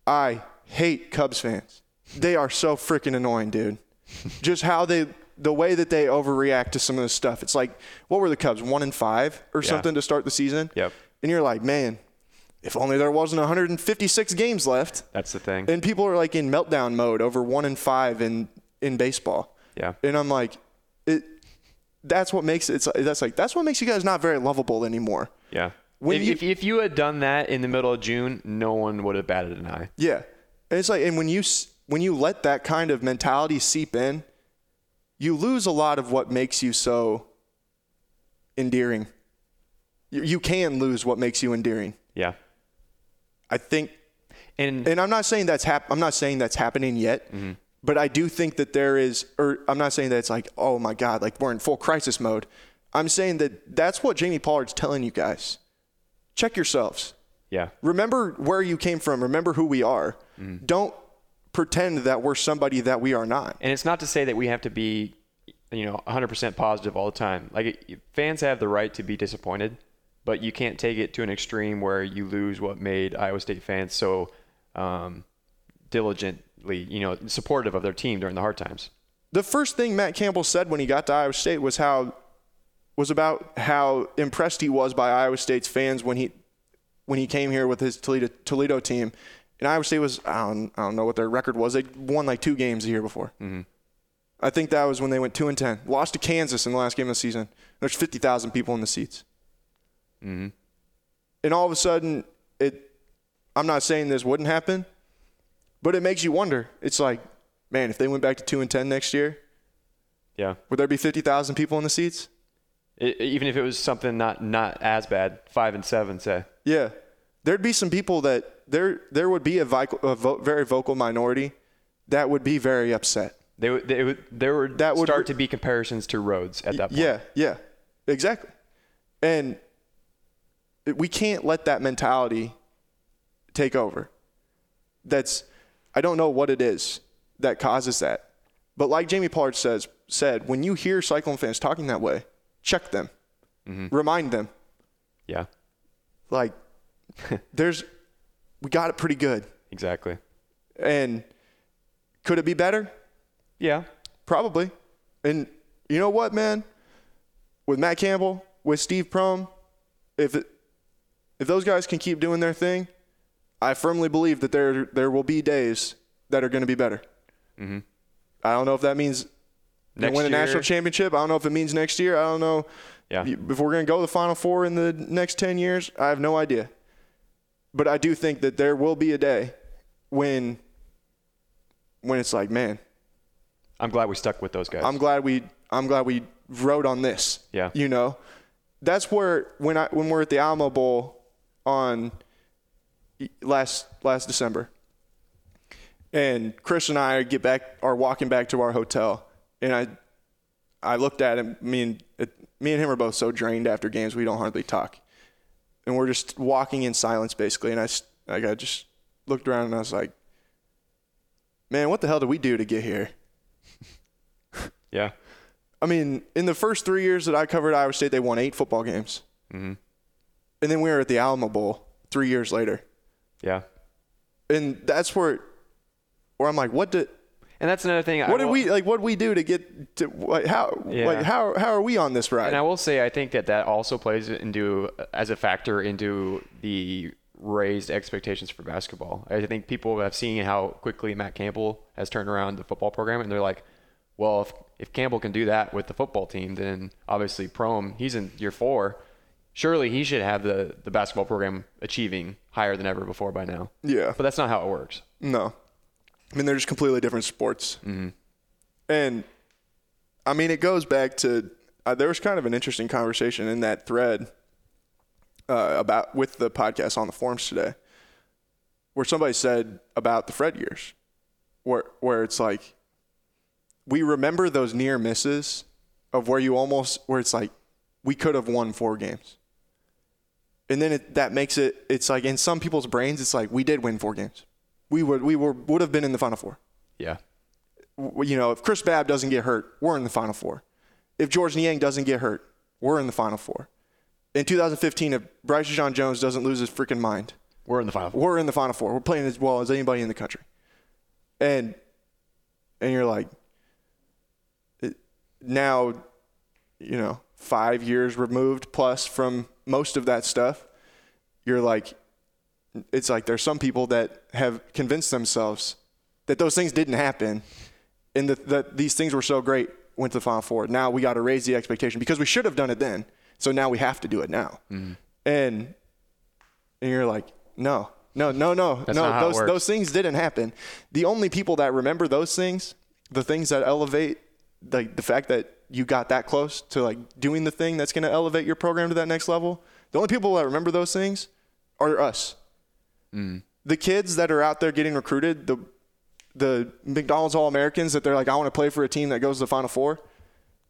Speaker 1: I hate Cubs fans. They are so freaking annoying, dude. Just how they, the way that they overreact to some of this stuff. It's like, what were the Cubs one and five or something to start the season?
Speaker 2: Yep.
Speaker 1: And you're like, man, if only there wasn't 156 games left.
Speaker 2: That's the thing.
Speaker 1: And people are like in meltdown mode over one and five in in baseball.
Speaker 2: Yeah.
Speaker 1: And I'm like, it. That's what makes it's. That's like that's what makes you guys not very lovable anymore.
Speaker 2: Yeah.
Speaker 1: When
Speaker 2: if,
Speaker 1: you-
Speaker 2: if, if you had done that in the middle of June, no one would have batted an eye.
Speaker 1: Yeah. And it's like, and when you s- when you let that kind of mentality seep in, you lose a lot of what makes you so endearing. You, you can lose what makes you endearing.
Speaker 2: Yeah.
Speaker 1: I think
Speaker 2: And,
Speaker 1: and I'm not saying that's hap- I'm not saying that's happening yet, but I do think that there is, or I'm not saying that it's like, oh my God, like we're in full crisis mode. I'm saying that that's what Jamie Pollard's telling you guys. Check yourselves.
Speaker 2: yeah.
Speaker 1: Remember where you came from. Remember who we are. Don't pretend that we're somebody that we are not.
Speaker 2: And it's not to say that we have to be, you know, 100% positive all the time. Like it- fans have the right to be disappointed, but you can't take it to an extreme where you lose what made Iowa State fans so um, diligently, you know, supportive of their team during the hard times.
Speaker 1: The first thing Matt Campbell said when he got to Iowa State was how was about how impressed he was by Iowa State's fans when he when he came here with his Toledo Toledo team. And Iowa State was I don't, I don't know what their record was. They won like two games the year before. I think that was when they went two and ten. Lost to Kansas in the last game of the season. There's fifty thousand people in the seats. And all of a sudden, it. I'm not saying this wouldn't happen, but it makes you wonder. It's like, man, if they went back to two and ten next year,
Speaker 2: Yeah.
Speaker 1: would there be fifty thousand people in the seats?
Speaker 2: E- even if it was something not not as bad, five and seven, say.
Speaker 1: Yeah, there'd be some people that there there would be a, vocal, a vo- very vocal minority that would be very upset.
Speaker 2: They would, they would, there would,
Speaker 1: That would-
Speaker 2: start to be comparisons to roads at that point.
Speaker 1: Yeah, yeah, exactly. And it- we can't let that mentality take over. That's I don't know what it is that causes that, but like Jamie Pollard says said, when you hear Cyclone fans talking that way, check them, remind them,
Speaker 2: Yeah,
Speaker 1: like there's we got it pretty good,
Speaker 2: exactly.
Speaker 1: and could it be better?
Speaker 2: Yeah,
Speaker 1: Probably. And you know what, man? With Matt Campbell, with Steve Prohm, if it, if those guys can keep doing their thing, I firmly believe that there there will be days that are going to be better. I don't know if that means they
Speaker 2: Mm-hmm. Next
Speaker 1: win a national
Speaker 2: year.
Speaker 1: championship. I don't know if it means next year. I don't know
Speaker 2: Yeah.
Speaker 1: if we're going to go to the Final Four in the next ten years. I have no idea. But I do think that there will be a day when when it's like, man,
Speaker 2: I'm glad we stuck with those guys.
Speaker 1: I'm glad we I'm glad we rode on this.
Speaker 2: Yeah.
Speaker 1: You know? That's where when I when we're at the Alamo Bowl on e, last last December. And Chris and I get back are walking back to our hotel and I I looked at him me and uh, me and him are both so drained after games we don't hardly talk. And we're just walking in silence basically and I s- like I just looked around and I was like man what the hell did we do to get here?
Speaker 2: yeah,
Speaker 1: I mean, in the first three years that I covered Iowa State, they won eight football games.
Speaker 2: Mm-hmm.
Speaker 1: And then we were at the Alamo Bowl three years later.
Speaker 2: yeah.
Speaker 1: And that's where, where I'm like, what did,
Speaker 2: And that's another thing.
Speaker 1: what did we, like, what did we do to get to, like, how,
Speaker 2: Yeah.
Speaker 1: like, how, how are we on this ride?
Speaker 2: And I will say, I think that that also plays into as a factor into the raised expectations for basketball. I think people have seen how quickly Matt Campbell has turned around the football program, and they're like, "Well, if if Campbell can do that with the football team, then obviously Prom, he's in year four. Surely he should have the the basketball program achieving higher than ever before by now."
Speaker 1: yeah.
Speaker 2: But that's not how it works.
Speaker 1: No. I mean, they're just completely different sports. Mm-hmm. And I mean, it goes back to uh, there was kind of an interesting conversation in that thread uh, about with the podcast on the forums today, where somebody said about the Fred years, where where it's like we remember those near misses of where you almost where it's like we could have won four games, and then it, that makes it it's like in some people's brains it's like we did win four games, we would we were would have been in the final four
Speaker 2: Yeah.
Speaker 1: w- you know, if Chris Babb doesn't get hurt, we're in the Final Four. If George Niang doesn't get hurt, we're in the Final Four. In 2015, if Bryce John Jones doesn't lose his freaking mind,
Speaker 2: We're in the final. Four.
Speaker 1: we're in the Final Four. We're playing as well as anybody in the country. And and you're like, it- now, you know, five years removed plus from most of that stuff, you're like, it's like there's some people that have convinced themselves that those things didn't happen and that, that these things were so great went to the final four now we got to raise the expectation because we should have done it then so now we have to do it now
Speaker 2: Mm-hmm.
Speaker 1: and and you're like no no no no
Speaker 2: That's
Speaker 1: no
Speaker 2: not how it
Speaker 1: those
Speaker 2: works.
Speaker 1: those things didn't happen the only people that remember those things the things that elevate like the fact that you got that close to like doing the thing that's going to elevate your program to that next level the only people that remember those things are us the kids that are out there getting recruited, the the McDonald's All Americans that they're like, I want to play for a team that goes to the Final Four.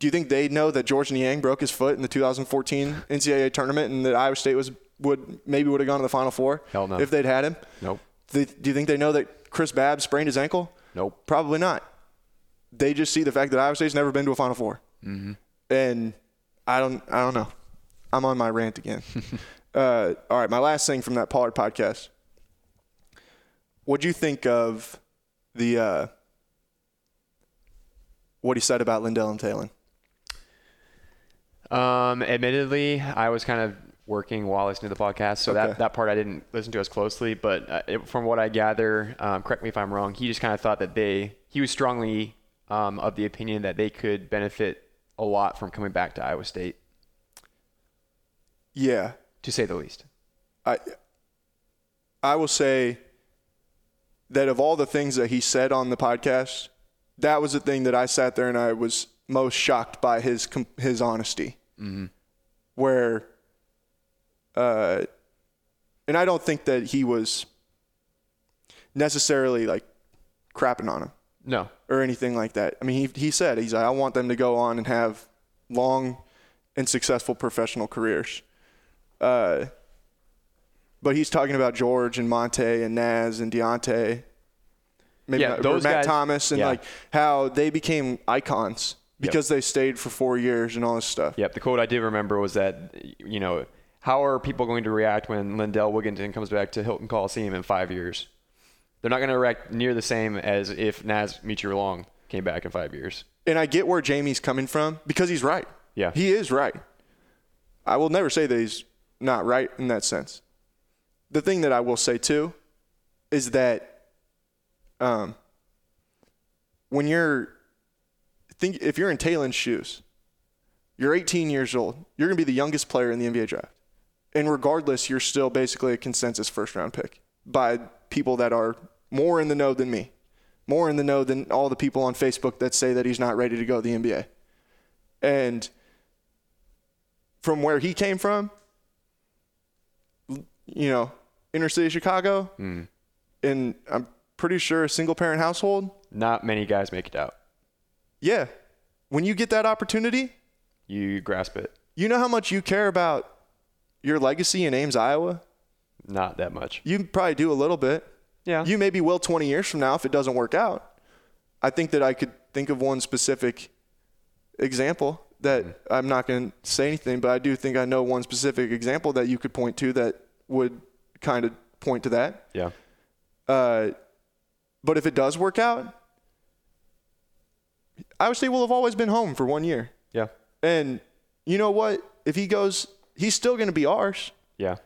Speaker 1: Do you think they know that George Niang broke his foot in the 2014 NCAA tournament and that Iowa State was would maybe would have gone to the Final Four
Speaker 2: Hell no.
Speaker 1: if they'd had him?
Speaker 2: Nope.
Speaker 1: They, do you think they know that Chris Babb sprained his ankle?
Speaker 2: Nope.
Speaker 1: Probably not. They just see the fact that Iowa State's never been to a Final 4 and I don't, I don't know. I'm on my rant again. uh, all right, my last thing from that Pollard podcast. What'd you think of the uh, what he said about Lindell and Talon?
Speaker 2: Um, admittedly, I was kind of working while listening to the podcast, so
Speaker 1: Okay.
Speaker 2: that, that part I didn't listen to as closely. But uh, it, from what I gather, um, correct me if I'm wrong, he just kind of thought that they he was strongly um, of the opinion that they could benefit a lot from coming back to Iowa State,
Speaker 1: Yeah,
Speaker 2: to say the least.
Speaker 1: I I will say that of all the things that he said on the podcast, that was the thing that I sat there and I was most shocked by his com- his honesty. Mm-hmm. Where, uh, and I don't think that he was necessarily like crapping on him
Speaker 2: No,
Speaker 1: or anything like that. I mean, he, he said, he's like, I want them to go on and have long and successful professional careers. Uh, but he's talking about George and Monte and Naz and Deontay, maybe
Speaker 2: Yeah,
Speaker 1: not- or
Speaker 2: those
Speaker 1: Matt
Speaker 2: guys-
Speaker 1: Thomas, and
Speaker 2: yeah.
Speaker 1: like how they became icons because they stayed for four years and all this stuff.
Speaker 2: Yep. The quote I did remember was that, you know, how are people going to react when Lindell Wigginton comes back to Hilton Coliseum in five years? They're not going to react near the same as if Naz Meteor Long came back in five years.
Speaker 1: and I get where Jamie's coming from because he's right.
Speaker 2: Yeah.
Speaker 1: He is right. I will never say that he's not right in that sense. The thing that I will say too is that um when you're think if you're in Talon's shoes, you're 18 years old, you're going to be the youngest player in the NBA draft. And regardless, you're still basically a consensus first round pick by people that are more in the know than me, more in the know than all the people on Facebook that say that he's not ready to go to the NBA. And from where he came from, you know, inner city Chicago, and I'm pretty sure a single parent household.
Speaker 2: Not many guys make it out.
Speaker 1: Yeah. When you get that opportunity,
Speaker 2: You grasp it.
Speaker 1: you know how much you care about your legacy in Ames, Iowa?
Speaker 2: Not that much.
Speaker 1: You probably do a little bit.
Speaker 2: Yeah.
Speaker 1: You maybe will 20 years from now if it doesn't work out. I think that I could think of one specific example that I'm not going to say anything, but I do think I know one specific example that you could point to that would kind of point to that.
Speaker 2: yeah.
Speaker 1: Uh, but if it does work out, Iowa State will have always been home for one year.
Speaker 2: Yeah.
Speaker 1: And you know what? If he goes, he's still going to be ours.
Speaker 2: Yeah.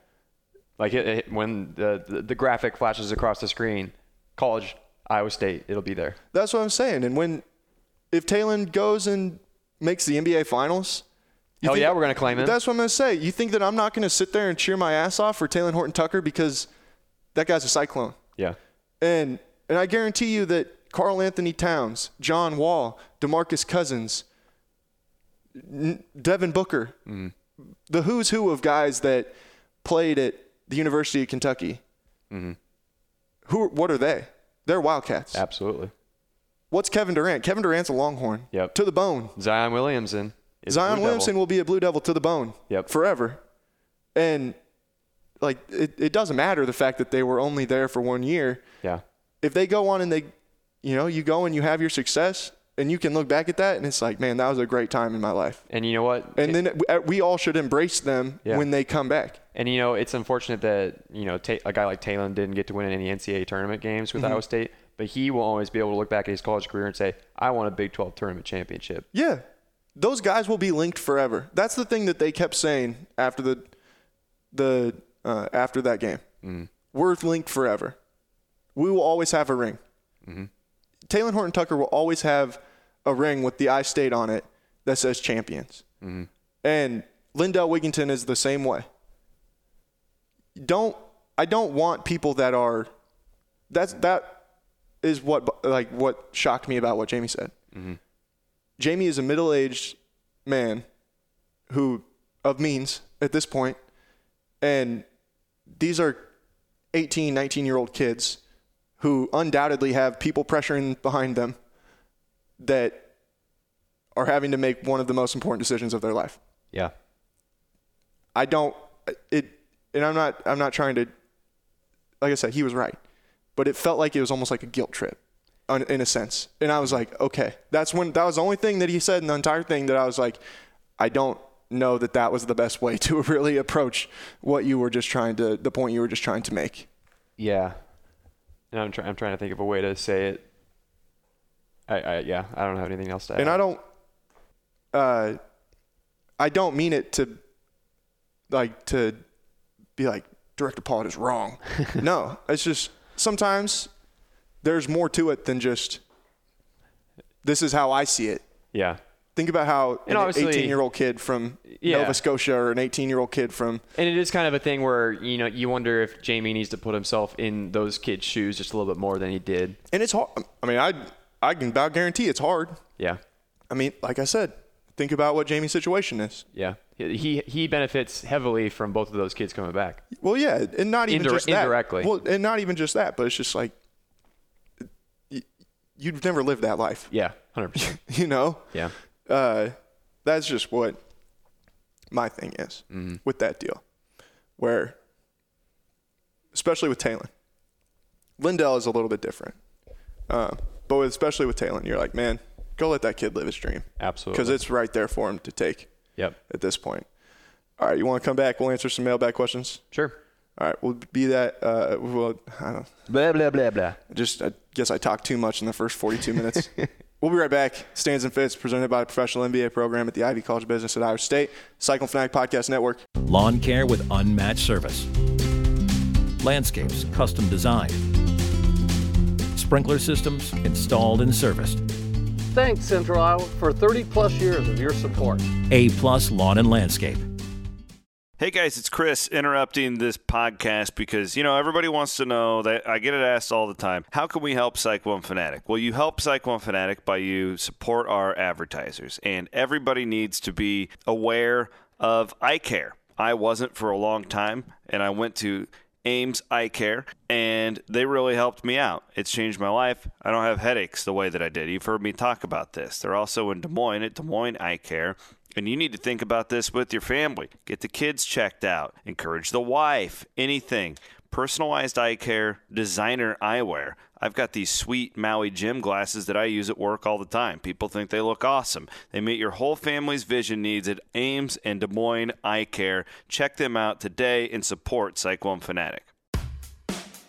Speaker 2: Like it, it- when the, the, the graphic flashes across the screen, college, Iowa State, it'll be there.
Speaker 1: That's what I'm saying. And when, if Talon goes and makes the NBA finals, you
Speaker 2: Hell
Speaker 1: think-
Speaker 2: yeah, we're going to claim it.
Speaker 1: That's what I'm going to say. You think that I'm not going to sit there and cheer my ass off for Talon Horton Tucker because that guy's a cyclone?
Speaker 2: yeah.
Speaker 1: And and I guarantee you that Carl Anthony Towns, John Wall, Demarcus Cousins, N- Devin Booker,
Speaker 2: Mm.
Speaker 1: the who's who of guys that played at the University of Kentucky.
Speaker 2: Mm-hmm.
Speaker 1: Who? What are they? They're Wildcats.
Speaker 2: Absolutely.
Speaker 1: What's Kevin Durant? Kevin Durant's a Longhorn.
Speaker 2: Yep.
Speaker 1: To the bone.
Speaker 2: Zion Williamson. is a
Speaker 1: Zion
Speaker 2: Blue Devil.
Speaker 1: Williamson will be a Blue Devil to the bone.
Speaker 2: Yep.
Speaker 1: Forever. And like it, it doesn't matter the fact that they were only there for one year.
Speaker 2: Yeah.
Speaker 1: If they go on and they you know, you go and you have your success and you can look back at that and it's like, man, that was a great time in my life.
Speaker 2: And you know what?
Speaker 1: And then it- we all should embrace them
Speaker 2: Yeah.
Speaker 1: when they come back.
Speaker 2: And you know, it's unfortunate that you know ta- a guy like Talon didn't get to win any NCAA tournament games
Speaker 1: Mm-hmm.
Speaker 2: with Iowa State, but he will always be able to look back at his college career and say, "I won a Big 12 tournament championship."
Speaker 1: Yeah. Those guys will be linked forever. That's the thing that they kept saying after the the uh, after that game. We're linked forever. We will always have a ring. mm Taylor Horton Tucker will always have a ring with the I State on it that says champions. And Lindell Wigington is the same way. Don't I don't want people that are that's that is what like what shocked me about what Jamie said. Jamie is a middle aged man who of means at this point, and these are 18, 19 year old kids who undoubtedly have people pressuring behind them that are having to make one of the most important decisions of their life.
Speaker 2: Yeah.
Speaker 1: I don't it and I'm not I'm not trying to like I said he was right. But it felt like it was almost like a guilt trip on- in a sense. And I was like, okay. That's when that was the only thing that he said in the entire thing that I was like I don't know that that was the best way to really approach what you were just trying to the point you were just trying to make.
Speaker 2: Yeah. And I'm trying. I'm trying to think of a way to say it. I, I yeah. I don't have anything else to add.
Speaker 1: And I don't uh I don't mean it to like to be like director Paul is wrong. no, it's just sometimes there's more to it than just this is how I see it.
Speaker 2: yeah.
Speaker 1: Think about how an
Speaker 2: And obviously-
Speaker 1: 18 year old kid from
Speaker 2: Yeah.
Speaker 1: Nova Scotia or an 18 year old kid from
Speaker 2: And it is kind of a thing where you know you wonder if Jamie needs to put himself in those kids' shoes just a little bit more than he did.
Speaker 1: and it's hard. I mean, I I can about guarantee it's hard.
Speaker 2: Yeah.
Speaker 1: I mean, like I said, think about what Jamie's situation is.
Speaker 2: Yeah. He he benefits heavily from both of those kids coming back.
Speaker 1: Well, yeah, and not even
Speaker 2: Indir-
Speaker 1: just that.
Speaker 2: indirectly.
Speaker 1: Well, and not even just that, but it's just like y- you've never lived that life,
Speaker 2: Yeah. Hundred percent.
Speaker 1: you know.
Speaker 2: Yeah.
Speaker 1: Uh, that's just what my thing is
Speaker 2: Mm-hmm.
Speaker 1: with that deal, where especially with Talon, Lindell is a little bit different, uh, but with, especially with Talon, you're like, man, go let that kid live his dream
Speaker 2: Absolutely.
Speaker 1: because it's right there for him to take
Speaker 2: Yep.
Speaker 1: at this point. All right, you want to come back? We'll answer some mailbag questions.
Speaker 2: Sure.
Speaker 1: All right, we'll be that. Uh, well, I don't.
Speaker 2: Blah blah blah blah.
Speaker 1: Just I guess I talked too much in the first 42 minutes. we'll be right back. Stands and fits presented by a professional MBA program at the Ivy College of Business at Iowa State. Cycle Fanatic Podcast Network.
Speaker 3: Lawn care with unmatched service. Landscapes custom designed. Sprinkler systems installed and serviced.
Speaker 4: Thanks, Central Iowa, for 30 plus years of your support.
Speaker 3: A Plus Lawn and Landscape.
Speaker 5: Hey guys, it's Chris interrupting this podcast because, you know, everybody wants to know that I get it asked all the time. How can we help Psych One Fanatic? Well, you help Psych One Fanatic by you support our advertisers, and everybody needs to be aware of eye care. I wasn't for a long time, and I went to Ames Eye Care, and they really helped me out. It's changed my life. I don't have headaches the way that I did. You've heard me talk about this. They're also in Des Moines at Des Moines Eye Care. And you need to think about this with your family. Get the kids checked out, encourage the wife, anything. Personalized eye care, designer eyewear. I've got these sweet Maui Jim glasses that I use at work all the time. People think they look awesome. They meet your whole family's vision needs at Ames and Des Moines Eye Care. Check them out today and support Psych One Fanatic.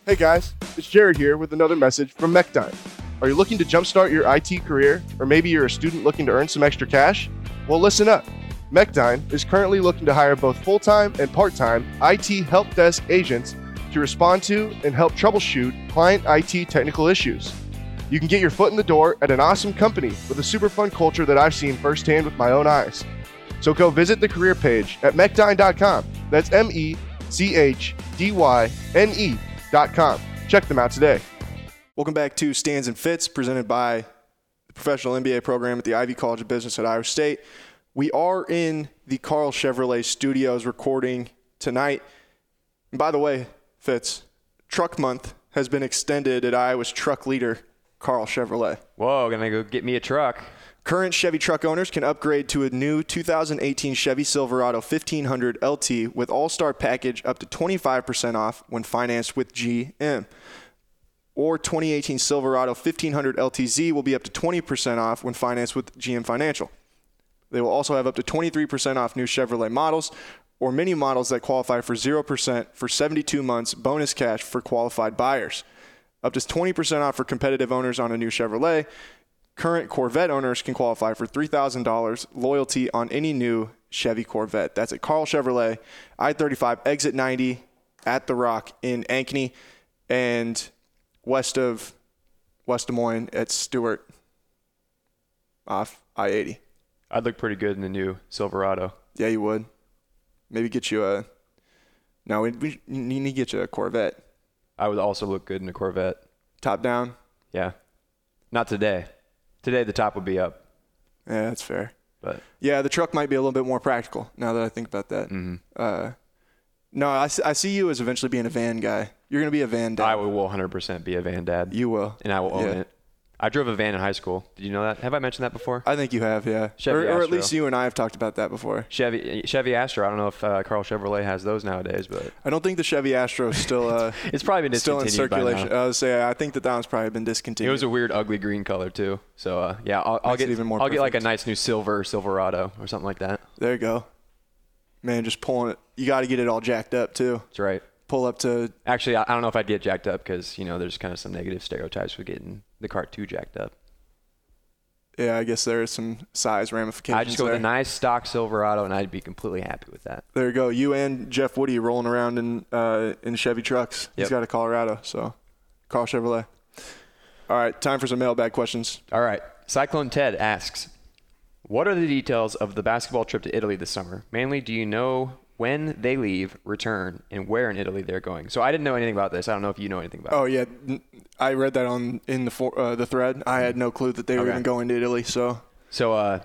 Speaker 1: Hey guys, it's Jared here with another message from MechDime. Are you looking to jumpstart your IT career, or maybe you're a student looking to earn some extra cash? Well, listen up. MechDime is currently looking to hire both full time and part time IT help desk agents to respond to and help troubleshoot client IT technical issues. You can get your foot in the door at an awesome company with a super fun culture that I've seen firsthand with my own eyes. So go visit the career page at mechdyne.com. That's M E C H D Y N E.com. Check them out today. Welcome back to Stands and Fits, presented by the professional MBA program at the Ivy College of Business at Iowa State. We are in the Carl Chevrolet studios recording tonight. And by the way, Fitz, Truck Month has been extended at Iowa's truck leader, Carl Chevrolet.
Speaker 2: Whoa, gonna go get me a truck.
Speaker 1: Current Chevy truck owners can upgrade to a new 2018 Chevy Silverado 1500 LT with All Star Package up to 25% off when financed with GM. Or 2018 Silverado 1500 LTZ will be up to 20% off when financed with GM Financial. They will also have up to 23% off new Chevrolet models or mini models that qualify for 0% for 72 months bonus cash for qualified buyers. Up to 20% off for competitive owners on a new Chevrolet. Current Corvette owners can qualify for $3,000 loyalty on any new Chevy Corvette. That's at Carl Chevrolet, I 35, exit 90 at The Rock in Ankeny and west of West Des Moines at Stewart off I 80.
Speaker 2: I'd look pretty good in the new Silverado.
Speaker 1: Yeah, you would. Maybe get you a. No, we, we you need to get you a Corvette.
Speaker 2: I would also look good in a Corvette.
Speaker 1: Top down.
Speaker 2: Yeah. Not today. Today the top would be up,
Speaker 1: Yeah, that's fair.
Speaker 2: but
Speaker 1: Yeah, the truck might be a little bit more practical now that I think about that.
Speaker 2: Mm-hmm.
Speaker 1: Uh, no, I, s- I see you as eventually being a van guy. You're going to be a van
Speaker 2: I
Speaker 1: dad.
Speaker 2: will 100% be a van dad.
Speaker 1: You will.
Speaker 2: and I will own
Speaker 1: Yeah.
Speaker 2: it. I drove a van in high school. Did you know that? Have I mentioned that before?
Speaker 1: I think you have, yeah. or,
Speaker 2: Chevy
Speaker 1: or at
Speaker 2: Astro.
Speaker 1: least you and I have talked about that before.
Speaker 2: Chevy Chevy Astro. I don't know if uh, Carl Chevrolet has those nowadays, but
Speaker 1: I don't think the Chevy Astro is still uh,
Speaker 2: it's probably been
Speaker 1: still in
Speaker 2: discontinued by
Speaker 1: circulation.
Speaker 2: now.
Speaker 1: I would say I think that that one's probably been
Speaker 2: It
Speaker 1: discontinued.
Speaker 2: was a weird, ugly green color too. So uh, yeah, I'll, I'll
Speaker 1: Makes it
Speaker 2: get
Speaker 1: even more
Speaker 2: I'll get like a
Speaker 1: perfect.
Speaker 2: nice new silver Silverado or something like that.
Speaker 1: there you go. Man, just pulling it. You got to get it all jacked up too.
Speaker 2: That's right.
Speaker 1: Pull up to
Speaker 2: Actually, I, I don't know if I'd get jacked up because you know there's kind of some negative stereotypes with getting the car too jacked up.
Speaker 1: yeah. I guess there is some size ramifications.
Speaker 2: I just go
Speaker 1: there.
Speaker 2: with a nice stock Silverado, and I'd be completely happy with that.
Speaker 1: There you go. You and Jeff Woody rolling around in uh, in Chevy trucks. He's
Speaker 2: Yep.
Speaker 1: got a Colorado, so Carl Chevrolet. All right, time for some mailbag questions.
Speaker 2: All right. Cyclone Ted asks, "What are the details of the basketball trip to Italy this summer? Mainly, do you know when they leave, return, and where in Italy they're going?" So I didn't know anything about this. I don't know if you know anything about.
Speaker 1: Oh
Speaker 2: it.
Speaker 1: yeah, n- I read that on in the for, uh, the thread. I had no clue that they were
Speaker 2: Okay.
Speaker 1: even going to Italy, so
Speaker 2: So uh,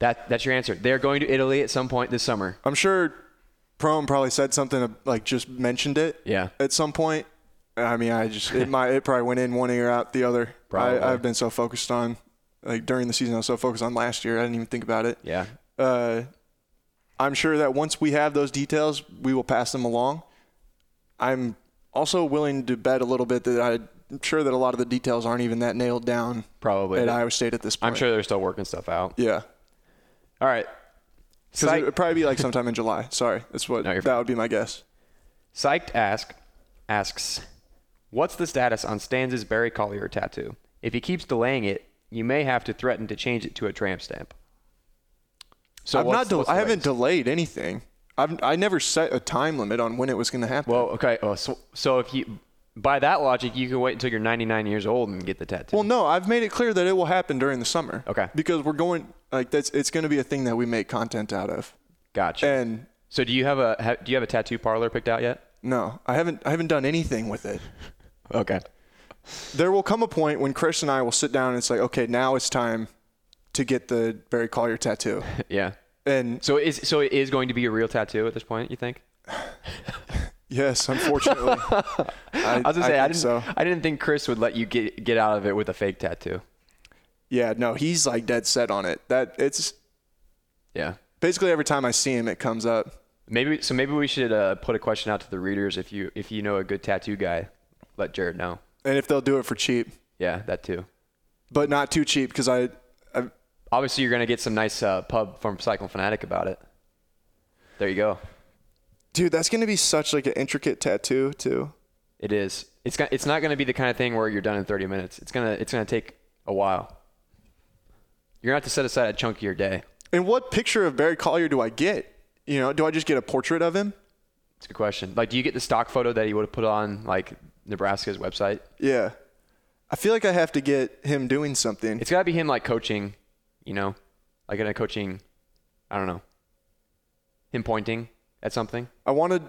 Speaker 2: that that's your answer. They're going to Italy at some point this summer.
Speaker 1: I'm sure Prom probably said something uh, like just mentioned it.
Speaker 2: Yeah.
Speaker 1: At some point, I mean, I just it might it probably went in one ear out the other.
Speaker 2: Probably.
Speaker 1: I, I've been so focused on like during the season, I was so focused on last year, I didn't even think about it.
Speaker 2: Yeah.
Speaker 1: uh, I'm sure that once we have those details, we will pass them along. I'm also willing to bet a little bit that I'm sure that a lot of the details aren't even that nailed down.
Speaker 2: Probably.
Speaker 1: at Iowa State at this point.
Speaker 2: I'm sure they're still working stuff out.
Speaker 1: Yeah,
Speaker 2: All right.
Speaker 1: because
Speaker 2: Psych-
Speaker 1: it'd probably be like sometime in July. Sorry, that's what
Speaker 2: No, you're
Speaker 1: that
Speaker 2: fine.
Speaker 1: would be my guess.
Speaker 2: Psyched ask, asks, what's the status on Stan's Barry Collier tattoo? If he keeps delaying it, you may have to threaten to change it to a tramp stamp. So
Speaker 1: I've
Speaker 2: what's-
Speaker 1: not. Del-
Speaker 2: what's the
Speaker 1: I haven't
Speaker 2: latest?
Speaker 1: delayed anything. I've I never set a time limit on when it was going to happen.
Speaker 2: Well, okay. Oh, so, so if you, by that logic, you can wait until you're 99 years old and get the tattoo.
Speaker 1: Well, no, I've made it clear that it will happen during the summer.
Speaker 2: Okay.
Speaker 1: Because we're going like that's it's going to be a thing that we make content out of.
Speaker 2: gotcha.
Speaker 1: And
Speaker 2: so do you have a ha, do you have a tattoo parlor picked out yet?
Speaker 1: no, I haven't I haven't done anything with it.
Speaker 2: Okay.
Speaker 1: there will come a point when Chris and I will sit down and it's like, okay, now it's time to get the Barry Collier tattoo.
Speaker 2: Yeah.
Speaker 1: And
Speaker 2: So is so it is going to be a real tattoo at this point? You think?
Speaker 1: yes, unfortunately, I,
Speaker 2: I was gonna say I,
Speaker 1: think
Speaker 2: didn't.
Speaker 1: so.
Speaker 2: I didn't think Chris would let you get get out of it with a fake tattoo.
Speaker 1: Yeah, no, he's like dead set on it. That it's
Speaker 2: Yeah.
Speaker 1: basically every time I see him, it comes up.
Speaker 2: Maybe so. Maybe we should uh, put a question out to the readers. If you if you know a good tattoo guy, let Jared know.
Speaker 1: And if they'll do it for cheap,
Speaker 2: Yeah, that too.
Speaker 1: but not too cheap, because I, I,
Speaker 2: Obviously, you're gonna get some nice uh, pub from Cycling Fanatic about it. There you go.
Speaker 1: dude, that's gonna be such like an intricate tattoo too.
Speaker 2: It is. It's go- it's not gonna be the kind of thing where you're done in 30 minutes. It's gonna it's gonna take a while. You're gonna have to set aside a chunk of your day.
Speaker 1: And what picture of Barry Collier do I get? You know, do I just get a portrait of him?
Speaker 2: It's a good question. Like, do you get the stock photo that he would have put on like Nebraska's website?
Speaker 1: Yeah, I feel like I have to get him doing something.
Speaker 2: It's gotta be him like coaching, you know, like in a coaching. I don't know. Him pointing at something.
Speaker 1: I wanted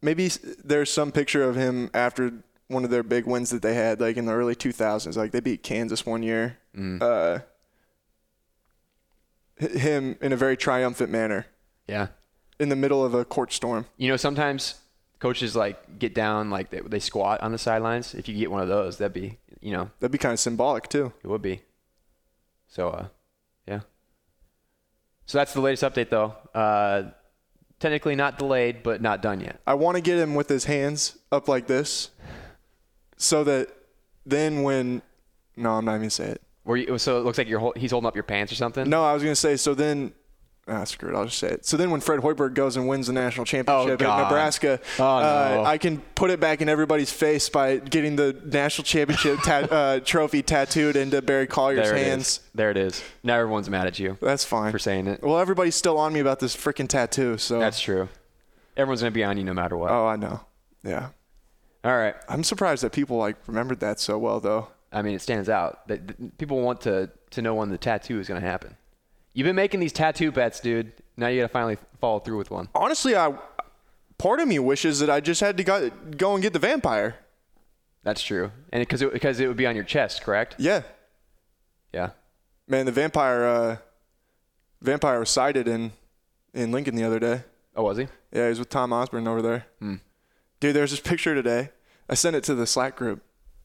Speaker 1: maybe s- there's some picture of him after one of their big wins that they had like in the early 2000s. Like they beat Kansas one year. Uh, h- him in a very triumphant manner
Speaker 2: Yeah.
Speaker 1: in the middle of a court storm.
Speaker 2: You know, sometimes coaches like get down, like they, they squat on the sidelines. If you get one of those, that'd be, you know,
Speaker 1: That'd be kind of symbolic too.
Speaker 2: it would be. So, uh, yeah. So that's the latest update, though. Uh, technically not delayed, but not done yet.
Speaker 1: I want to get him with his hands up like this, so that then when no, I'm not even gonna say it.
Speaker 2: Were you, so it looks like you're hol- he's holding up your pants or something.
Speaker 1: No, I was gonna say so then. Ah, screw it. I'll just say it. So then, when Fred Hoiberg goes and wins the national championship at
Speaker 2: God.
Speaker 1: Nebraska,
Speaker 2: Oh,
Speaker 1: uh,
Speaker 2: no.
Speaker 1: I can put it back in everybody's face by getting the national championship ta- uh, trophy tattooed into Barry Collier's
Speaker 2: there it is.
Speaker 1: hands.
Speaker 2: There it is. Now everyone's mad at you.
Speaker 1: That's fine
Speaker 2: For saying it.
Speaker 1: Well, everybody's still on me about this freaking tattoo. So
Speaker 2: That's true. Everyone's gonna be on you no matter what.
Speaker 1: Oh, I know. Yeah,
Speaker 2: All right.
Speaker 1: I'm surprised that people like remembered that so well, though.
Speaker 2: I mean, it stands out that that people want to to know when the tattoo is gonna happen. You've been making these tattoo bets, dude. Now you gotta finally follow through with one.
Speaker 1: honestly, I part of me wishes that I just had to go, go and get the vampire.
Speaker 2: That's true. And because it, because it would be on your chest, correct?
Speaker 1: Yeah,
Speaker 2: Yeah.
Speaker 1: man, the vampire uh, vampire was sighted in in Lincoln the other day.
Speaker 2: Oh, was he?
Speaker 1: Yeah, he was with Tom Osborne over there.
Speaker 2: Hmm.
Speaker 1: Dude, there's this picture today. I sent it to the Slack group.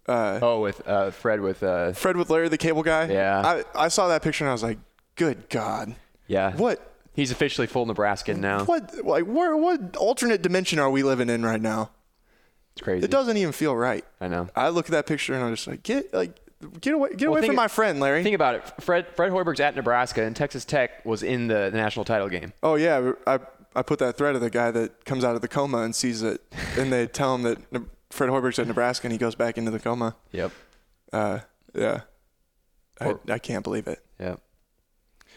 Speaker 1: Uh,
Speaker 2: Oh, with uh, Fred with uh,
Speaker 1: Fred with Larry the Cable Guy.
Speaker 2: Yeah.
Speaker 1: I, I saw that picture and I was like, good God.
Speaker 2: yeah.
Speaker 1: What?
Speaker 2: He's officially full Nebraskan now.
Speaker 1: What? Like, where? What alternate dimension are we living in right now?
Speaker 2: It's crazy.
Speaker 1: It doesn't even feel right.
Speaker 2: I know.
Speaker 1: I look at that picture and I'm just like, get like, get away, get
Speaker 2: Well,
Speaker 1: away
Speaker 2: think
Speaker 1: from
Speaker 2: it-
Speaker 1: my friend, Larry.
Speaker 2: Think about it. Fred Fred Hoiberg's at Nebraska, and Texas Tech was in the, the national title game.
Speaker 1: Oh yeah, I I put that thread of the guy that comes out of the coma and sees it, and they tell him that Ne- Fred Hoiberg's at Nebraska and he goes back into the coma.
Speaker 2: Yep.
Speaker 1: Uh, yeah, I,
Speaker 2: Or-
Speaker 1: I can't believe it.
Speaker 2: Yep.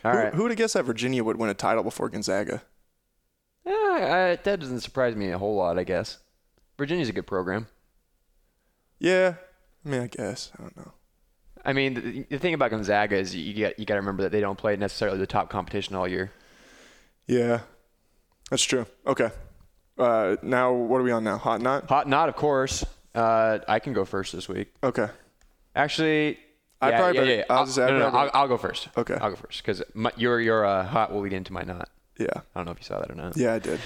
Speaker 2: All
Speaker 1: Who,
Speaker 2: right.
Speaker 1: who would have guessed that Virginia would win a title before Gonzaga?
Speaker 2: Yeah, I, I- that doesn't surprise me a whole lot, I guess. Virginia's a good program.
Speaker 1: Yeah, I mean I guess I don't know.
Speaker 2: I mean, the, the thing about Gonzaga is you got you got to remember that they don't play necessarily the top competition all year.
Speaker 1: Yeah, that's true. Okay, uh, now what are we on now? Hot not?
Speaker 2: Hot not, of course. Uh, I can go first this week.
Speaker 1: Okay,
Speaker 2: Actually,
Speaker 1: I
Speaker 2: yeah,
Speaker 1: probably
Speaker 2: yeah,
Speaker 1: better-
Speaker 2: yeah,
Speaker 1: I'll
Speaker 2: I'll,
Speaker 1: just say I
Speaker 2: no, no,
Speaker 1: probably
Speaker 2: I'll, I'll go first.
Speaker 1: Okay.
Speaker 2: I'll go first because your your uh, hot will lead into my not.
Speaker 1: yeah,
Speaker 2: I don't know if you saw that or not.
Speaker 1: yeah I did.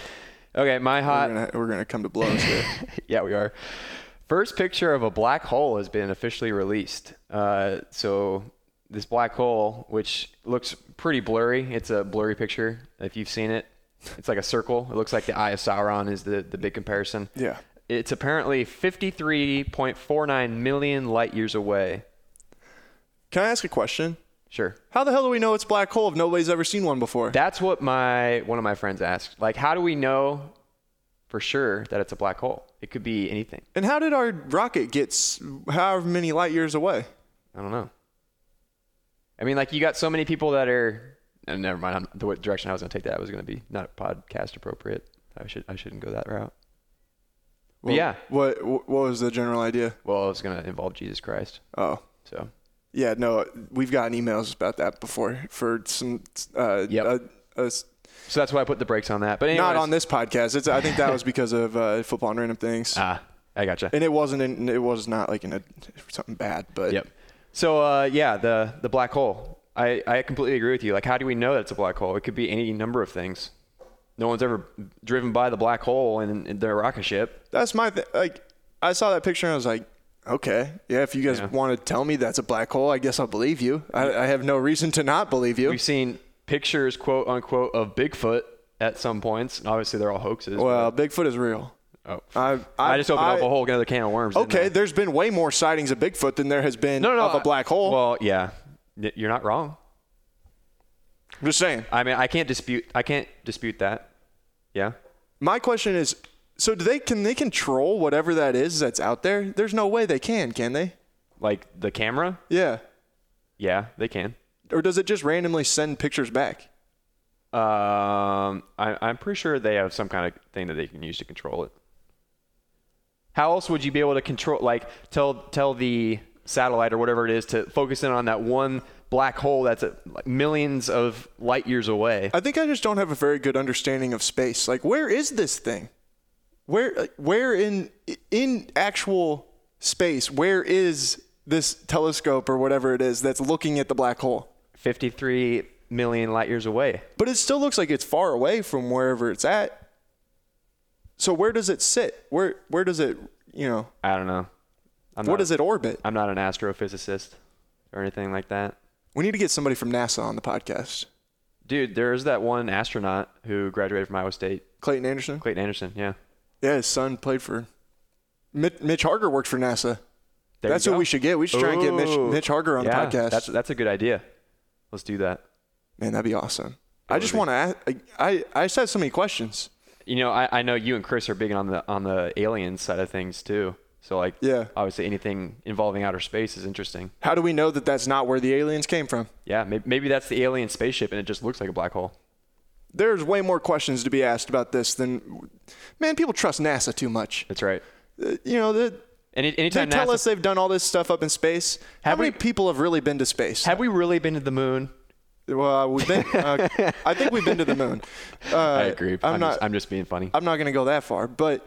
Speaker 2: Okay, my
Speaker 1: We're
Speaker 2: hot.
Speaker 1: gonna we're gonna come to blows here.
Speaker 2: yeah, we are. First picture of a black hole has been officially released. Uh, so this black hole, which looks pretty blurry, it's a blurry picture. If you've seen it, it's like a circle. It looks like the Eye of Sauron is the the big comparison.
Speaker 1: Yeah.
Speaker 2: It's apparently 53.49 million light years away.
Speaker 1: Can I ask a question?
Speaker 2: Sure.
Speaker 1: How the hell do we know it's black hole if nobody's ever seen one before?
Speaker 2: That's what my one of my friends asked. Like, how do we know for sure that it's a black hole? It could be anything.
Speaker 1: And how did our rocket get s- however many light years away?
Speaker 2: I don't know. I mean, like you got so many people that are. And never mind. I'm, the direction I was going to take that was going to be not podcast appropriate. I should I shouldn't go that route. But yeah.
Speaker 1: What What was the general idea?
Speaker 2: Well, it's going to involve Jesus Christ.
Speaker 1: Oh,
Speaker 2: So
Speaker 1: yeah. No, we've gotten emails about that before for some. Uh,
Speaker 2: Yep.
Speaker 1: uh, uh, s-
Speaker 2: so that's why I put the brakes on that. But anyways,
Speaker 1: not on this podcast. It's, I think that was because of uh, football and random things,
Speaker 2: Ah, I gotcha.
Speaker 1: and it wasn't. In, it was not like in a, something bad, but
Speaker 2: Yep. So uh, yeah, the the black hole. I, I completely agree with you. Like, how do we know that it's a black hole? It could be any number of things. No one's ever driven by the black hole in, in their rocket ship.
Speaker 1: that's my thing. Like I saw that picture and I was like. Okay. Yeah. If you guys
Speaker 2: Yeah.
Speaker 1: want to tell me that's a black hole, I guess I'll believe you. I, I have no reason to not believe you.
Speaker 2: We've seen pictures, quote unquote, of Bigfoot at some points. And obviously, they're all hoaxes.
Speaker 1: Well, Bigfoot is real.
Speaker 2: but- oh.
Speaker 1: I,
Speaker 2: I, just opened up
Speaker 1: I-
Speaker 2: a whole another can of worms. didn't
Speaker 1: Okay,
Speaker 2: I?
Speaker 1: there's been way more sightings of Bigfoot than there has been
Speaker 2: No, no,
Speaker 1: of a
Speaker 2: I-
Speaker 1: black hole.
Speaker 2: Well, yeah, Y- you're not wrong.
Speaker 1: I'm just saying.
Speaker 2: I mean, I can't dispute. I can't dispute that. Yeah.
Speaker 1: My question is, so do they can they control whatever that is that's out there? There's no way they can, can they?
Speaker 2: Like the camera.
Speaker 1: Yeah.
Speaker 2: Yeah, they can.
Speaker 1: Or does it just randomly send pictures back?
Speaker 2: Um, I, I'm pretty sure they have some kind of thing that they can use to control it. How else would you be able to control, like, tell tell the satellite or whatever it is to focus in on that one black hole that's at, like, millions of light years away?
Speaker 1: I think I just don't have a very good understanding of space. Like, where is this thing? Where, like, where in in actual space? Where is this telescope or whatever it is that's looking at the black hole?
Speaker 2: 53 million light years away.
Speaker 1: But it still looks like it's far away from wherever it's at. So where does it sit? Where where does it you know
Speaker 2: I don't know. I'm
Speaker 1: what
Speaker 2: not,
Speaker 1: does it orbit?
Speaker 2: I'm not an astrophysicist or anything like that.
Speaker 1: We need to get somebody from NASA on the podcast.
Speaker 2: Dude, there's that one astronaut who graduated from Iowa State,
Speaker 1: Clayton Anderson.
Speaker 2: Clayton Anderson. Yeah.
Speaker 1: Yeah, his son played for. Mit- Mitch Harger worked for NASA.
Speaker 2: There you
Speaker 1: that's what
Speaker 2: go.
Speaker 1: we should get. We should try and get Mitch,
Speaker 2: Ooh.
Speaker 1: Mitch Harger on the
Speaker 2: yeah,
Speaker 1: podcast.
Speaker 2: That's that's a good idea. Let's do that.
Speaker 1: Man, that'd be awesome. I just
Speaker 2: be.
Speaker 1: want to ask. I, I just have so many questions.
Speaker 2: You know, I, I know you and Chris are big on the on the alien side of things too. So like,
Speaker 1: Yeah.
Speaker 2: obviously anything involving outer space is interesting.
Speaker 1: How do we know that that's not where the aliens came from?
Speaker 2: Yeah, maybe, maybe that's the alien spaceship and it just looks like a black hole.
Speaker 1: There's way more questions to be asked about this than, man. People trust NASA too much.
Speaker 2: That's right.
Speaker 1: Uh, You know, they,
Speaker 2: Any,
Speaker 1: they
Speaker 2: anytime
Speaker 1: tell
Speaker 2: NASA
Speaker 1: us they've done all this stuff up in space. How
Speaker 2: Have
Speaker 1: many
Speaker 2: we-
Speaker 1: people have really been to space?
Speaker 2: Have we really been to the moon?
Speaker 1: well, we've been. Uh, I think we've been to the moon. Uh,
Speaker 2: I agree. I'm,
Speaker 1: I'm not.
Speaker 2: just, I'm just being funny.
Speaker 1: I'm not going to go that far, but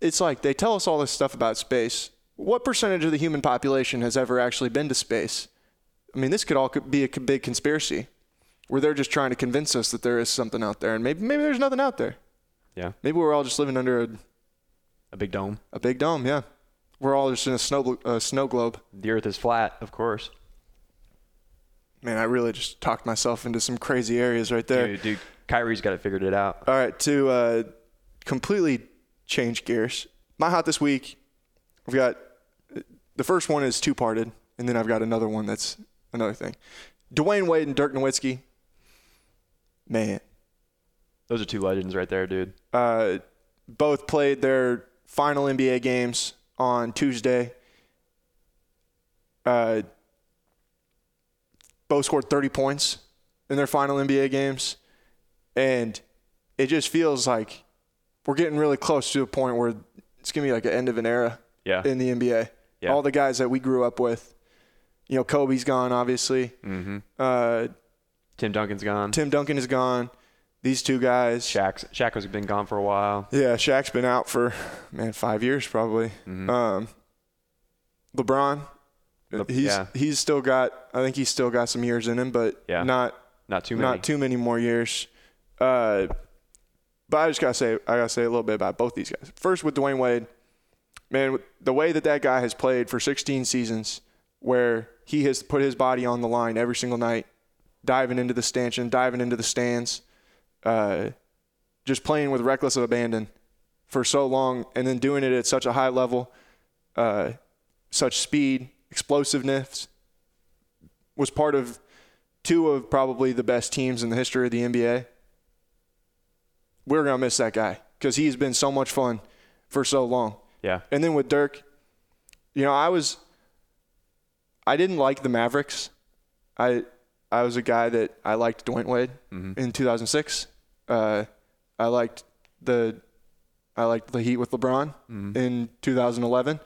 Speaker 1: it's like they tell us all this stuff about space. What percentage of the human population has ever actually been to space? I mean, this could all could be a c- big conspiracy where they're just trying to convince us that there is something out there, and maybe maybe there's nothing out there.
Speaker 2: yeah,
Speaker 1: Maybe we're all just living under a,
Speaker 2: a big dome.
Speaker 1: a big dome. Yeah, we're all just in a snow blo- uh, snow globe.
Speaker 2: The Earth is flat, of course.
Speaker 1: Man, I really just talked myself into some crazy areas right there.
Speaker 2: Dude, dude Kyrie's got it figured it out.
Speaker 1: All right, to uh, completely change gears, my hot this week, we've got the first one is two parted, and then I've got another one that's another thing. Dwayne Wade and Dirk Nowitzki, man,
Speaker 2: Those are two legends right there, dude.
Speaker 1: uh, both played their final NBA games on Tuesday. Uh, both scored 30 points in their final NBA games. And it just feels like we're getting really close to a point where it's going to be like an end of an era
Speaker 2: Yeah.
Speaker 1: in the NBA.
Speaker 2: Yeah.
Speaker 1: All the guys that we grew up with. You know, Kobe's gone, obviously. Mm-hmm. Uh,
Speaker 2: Tim Duncan's gone.
Speaker 1: Tim Duncan is gone. These two guys.
Speaker 2: Shaq's, Shaq has been gone for a while.
Speaker 1: Yeah, Shaq's been out for man five years probably.
Speaker 2: Mm-hmm.
Speaker 1: Um, LeBron, he's
Speaker 2: yeah.
Speaker 1: he's still got. I think he's still got some years in him, but
Speaker 2: Yeah.
Speaker 1: not
Speaker 2: Not too many.
Speaker 1: not too many more years. Uh, but I just gotta say, I gotta say a little bit about both these guys. First with Dwayne Wade, man, the way that that guy has played for 16 seasons, where he has put his body on the line every single night, diving into the stanchion, diving into the stands, uh, just playing with reckless abandon for so long, and then doing it at such a high level, uh, such speed, explosiveness, was part of two of probably the best teams in the history of the NBA. We're going to miss that guy because he's been so much fun for so long.
Speaker 2: Yeah.
Speaker 1: And then with Dirk, you know, I was I didn't like the Mavericks. I I was a guy that I liked Dwayne Wade in 2006. Uh, I liked the I liked the Heat with LeBron in 2011.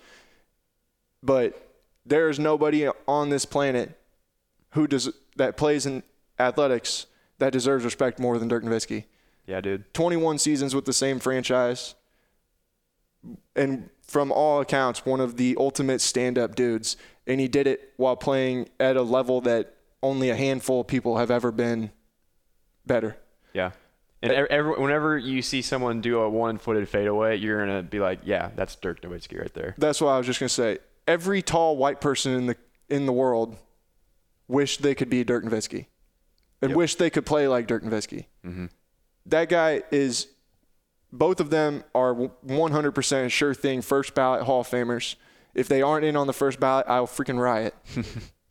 Speaker 1: But there is nobody on this planet who does that plays in athletics that deserves respect more than Dirk Nowitzki.
Speaker 2: Yeah, dude.
Speaker 1: 21 seasons with the same franchise, and from all accounts, one of the ultimate stand-up dudes. And he did it while playing at a level that only a handful of people have ever been better.
Speaker 2: Yeah. And ev- every, whenever you see someone do a one-footed fadeaway, you're gonna be like, "Yeah, that's Dirk Nowitzki right there."
Speaker 1: That's what I was just gonna say. Every tall white person in the in the world wished they could be Dirk Nowitzki, and wish they could play like Dirk Nowitzki. That guy is. Both of them are 100% sure thing first ballot Hall of Famers. If they aren't in on the first ballot, I'll freaking riot.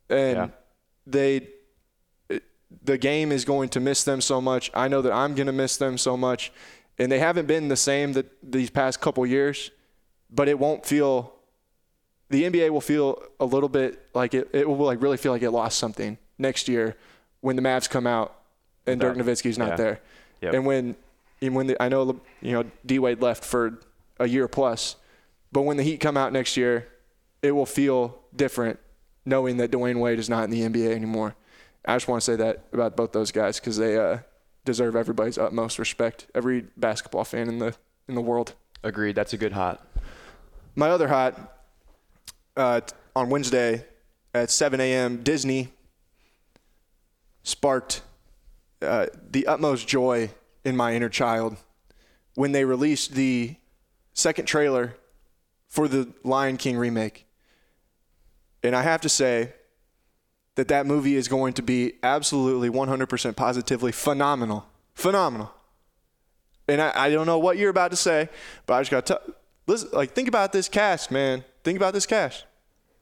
Speaker 1: and they, the game is going to miss them so much. I know that I'm going to miss them so much, and they haven't been the same that these past couple years. But it won't feel. The NBA will feel a little bit like it. It will like really feel like it lost something next year when the Mavs come out and Dirk Nowitzki's not
Speaker 2: yeah.
Speaker 1: there,
Speaker 2: Yep.
Speaker 1: and when and when the, I know Le- you know D Wade left for a year plus, but when the Heat come out next year, it will feel different knowing that Dwayne Wade is not in the NBA anymore. I just want to say that about both those guys because they uh, deserve everybody's utmost respect. Every basketball fan in the in the world.
Speaker 2: Agreed. That's a good hot.
Speaker 1: My other hot, uh, t- on Wednesday at 7 a.m. Disney sparked uh, the utmost joy in my inner child when they released the second trailer for the Lion King remake. And I have to say that that movie is going to be absolutely 100% positively phenomenal. Phenomenal. And I, I don't know what you're about to say, but I just got to listen. Like, think about this cast, man. Think about this cast.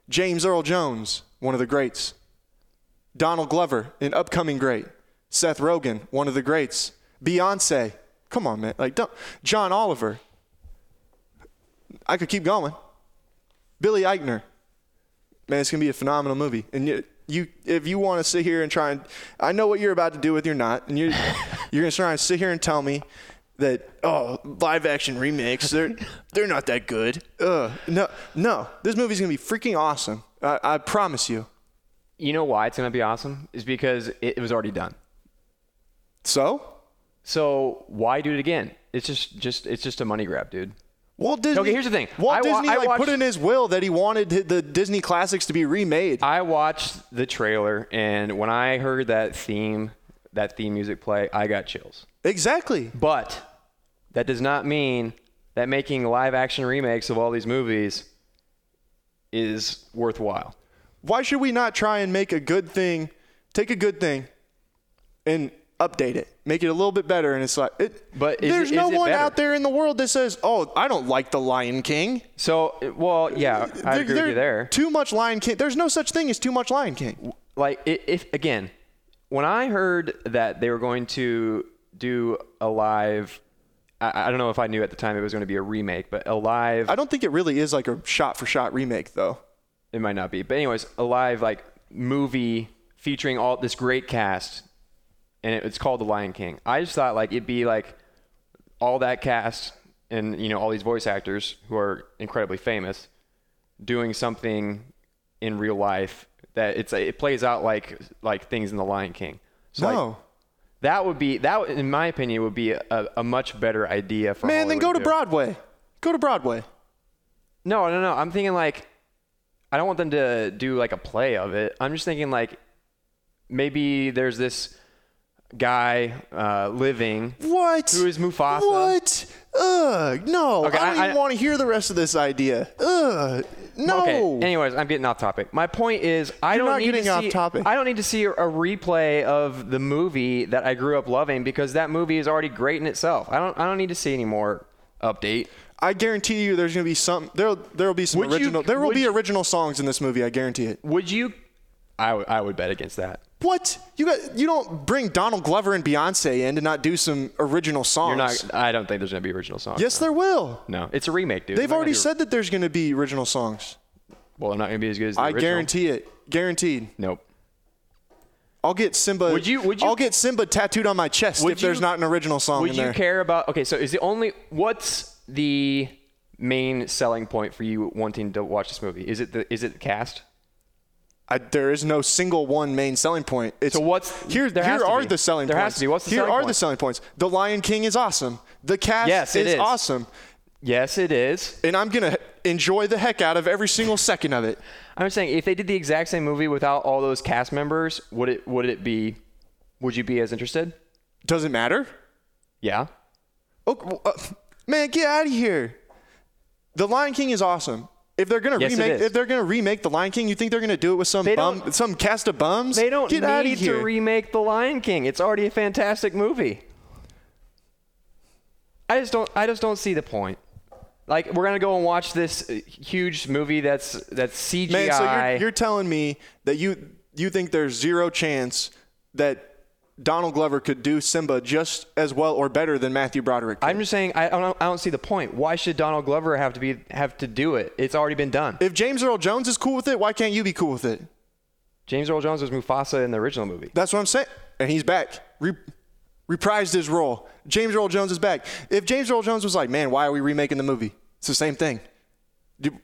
Speaker 1: James Earl Jones, one of the greats. Donald Glover, an upcoming great. Seth Rogen, one of the greats. Beyonce, come on, man. Like, don't. John Oliver. I could keep going. Billy Eichner. Man, it's gonna be a phenomenal movie. And you, you if you want to sit here and try and, I know what you're about to do with your not, and you, you're gonna try and sit here and tell me that oh, live action remakes, they're they're not that good. Ugh, no, no, this movie's gonna be freaking awesome. I, I promise you.
Speaker 2: You know why it's going to be awesome? Is because it, it was already done.
Speaker 1: So,
Speaker 2: So why do it again? It's just just it's just a money grab, dude.
Speaker 1: Walt Disney.
Speaker 2: Okay, here's the thing.
Speaker 1: Walt
Speaker 2: I wa-
Speaker 1: Disney
Speaker 2: I
Speaker 1: like put
Speaker 2: watched-
Speaker 1: in his will that he wanted the Disney classics to be remade.
Speaker 2: I watched the trailer, and when I heard that theme, that theme music play, I got chills.
Speaker 1: exactly.
Speaker 2: But that does not mean that making live action remakes of all these movies is worthwhile.
Speaker 1: why should we not try and make a good thing, take a good thing, and update it, make it a little bit better? And it's like, it,
Speaker 2: But is
Speaker 1: there's
Speaker 2: it-
Speaker 1: no
Speaker 2: is it
Speaker 1: one
Speaker 2: better?
Speaker 1: out there in the world that says, "Oh, I don't like the Lion King."
Speaker 2: So, well, yeah, I
Speaker 1: There-
Speaker 2: agree with you there.
Speaker 1: Too much Lion King. There's no such thing as too much Lion King.
Speaker 2: like i- if again when i heard that they were going to do a live I, I don't know if i knew at the time it was going to be a remake but a live
Speaker 1: I don't think it really is like a shot-for-shot remake, though.
Speaker 2: it might not be but anyways a live like movie featuring all this great cast and it, it's called the lion king i just thought like it'd be like all that cast and you know all these voice actors who are incredibly famous doing something in real life that it's it plays out like like things in the lion king so like,
Speaker 1: no,
Speaker 2: That would be that, in my opinion, would be a, a much better idea for.
Speaker 1: man. Then
Speaker 2: Hollywood
Speaker 1: go to
Speaker 2: do.
Speaker 1: Broadway. Go to Broadway.
Speaker 2: No, no, no. I'm thinking like, I don't want them to do like a play of it. I'm just thinking like, maybe there's this guy uh, living.
Speaker 1: What?
Speaker 2: Who is Mufasa?
Speaker 1: What? Ugh, no.
Speaker 2: Okay,
Speaker 1: I don't
Speaker 2: I-
Speaker 1: even
Speaker 2: I-
Speaker 1: want to hear the rest of this idea. Ugh, no.
Speaker 2: Okay. Anyways, I'm getting off topic. My point is, I
Speaker 1: You're
Speaker 2: don't
Speaker 1: not
Speaker 2: need
Speaker 1: getting
Speaker 2: to
Speaker 1: off
Speaker 2: see.
Speaker 1: topic.
Speaker 2: I don't need to see a replay of the movie that I grew up loving because that movie is already great in itself. I don't. I don't need to see any more update.
Speaker 1: I guarantee you, there's gonna be some. There, there will be some
Speaker 2: Would you-
Speaker 1: original. there will
Speaker 2: would
Speaker 1: be
Speaker 2: you-
Speaker 1: original songs in this movie. I guarantee it.
Speaker 2: Would you? I would- I would bet against that.
Speaker 1: What you got? You don't bring Donald Glover and Beyonce in to not do some original songs.
Speaker 2: You're not. I don't think there's gonna be original songs.
Speaker 1: yes, there will.
Speaker 2: No, it's a remake, dude.
Speaker 1: They've
Speaker 2: They're not
Speaker 1: already
Speaker 2: gonna do-
Speaker 1: said that there's gonna be original songs.
Speaker 2: Well, they're not gonna be as good as the
Speaker 1: I
Speaker 2: original.
Speaker 1: guarantee it. Guaranteed.
Speaker 2: Nope.
Speaker 1: I'll get Simba.
Speaker 2: Would you- would you-
Speaker 1: I'll get Simba tattooed on my chest
Speaker 2: Would
Speaker 1: if there's
Speaker 2: you-
Speaker 1: not an original song
Speaker 2: Would
Speaker 1: in
Speaker 2: you
Speaker 1: there.
Speaker 2: care about? Okay, so is the only what's the main selling point for you wanting to watch this movie? Is it the is it the cast?
Speaker 1: I, there is no single one main selling point. It's,
Speaker 2: So what's-
Speaker 1: here?
Speaker 2: there has
Speaker 1: here
Speaker 2: to
Speaker 1: are
Speaker 2: be.
Speaker 1: the selling
Speaker 2: There has
Speaker 1: points.
Speaker 2: to be. What's the
Speaker 1: here
Speaker 2: selling
Speaker 1: are the
Speaker 2: point?
Speaker 1: selling points. The Lion King is awesome. The cast
Speaker 2: Yes, it is.
Speaker 1: awesome.
Speaker 2: Yes, it is.
Speaker 1: and I'm gonna enjoy the heck out of every single second of it.
Speaker 2: I'm just saying if they did the exact same movie without all those cast members, would it would it be? Would you be as interested?
Speaker 1: Doesn't matter.
Speaker 2: Yeah.
Speaker 1: Oh, well, uh, man, get out of here. The Lion King is awesome. If they're gonna
Speaker 2: Yes, it
Speaker 1: remake,
Speaker 2: is.
Speaker 1: if they're gonna remake The Lion King, you think they're gonna do it with some
Speaker 2: They
Speaker 1: bum,
Speaker 2: don't-
Speaker 1: some cast of bums?
Speaker 2: They don't
Speaker 1: get
Speaker 2: need
Speaker 1: out of here.
Speaker 2: to remake The Lion King. It's already a fantastic movie. I just don't. I just don't see the point. Like we're gonna go and watch this uh, huge movie that's that's CGI.
Speaker 1: man, so you're, you're telling me that you you think there's zero chance that Donald Glover could do Simba just as well or better than Matthew Broderick? could?
Speaker 2: I'm just saying I I don't, I don't see the point. Why should Donald Glover have to be have to do it? It's already been done.
Speaker 1: if James Earl Jones is cool with it, why can't you be cool with it?
Speaker 2: James Earl Jones was Mufasa in the original movie.
Speaker 1: That's what I'm saying. And he's back. Re- reprised his role. James Earl Jones is back. If James Earl Jones was like, man, why are we remaking the movie? It's the same thing. Do-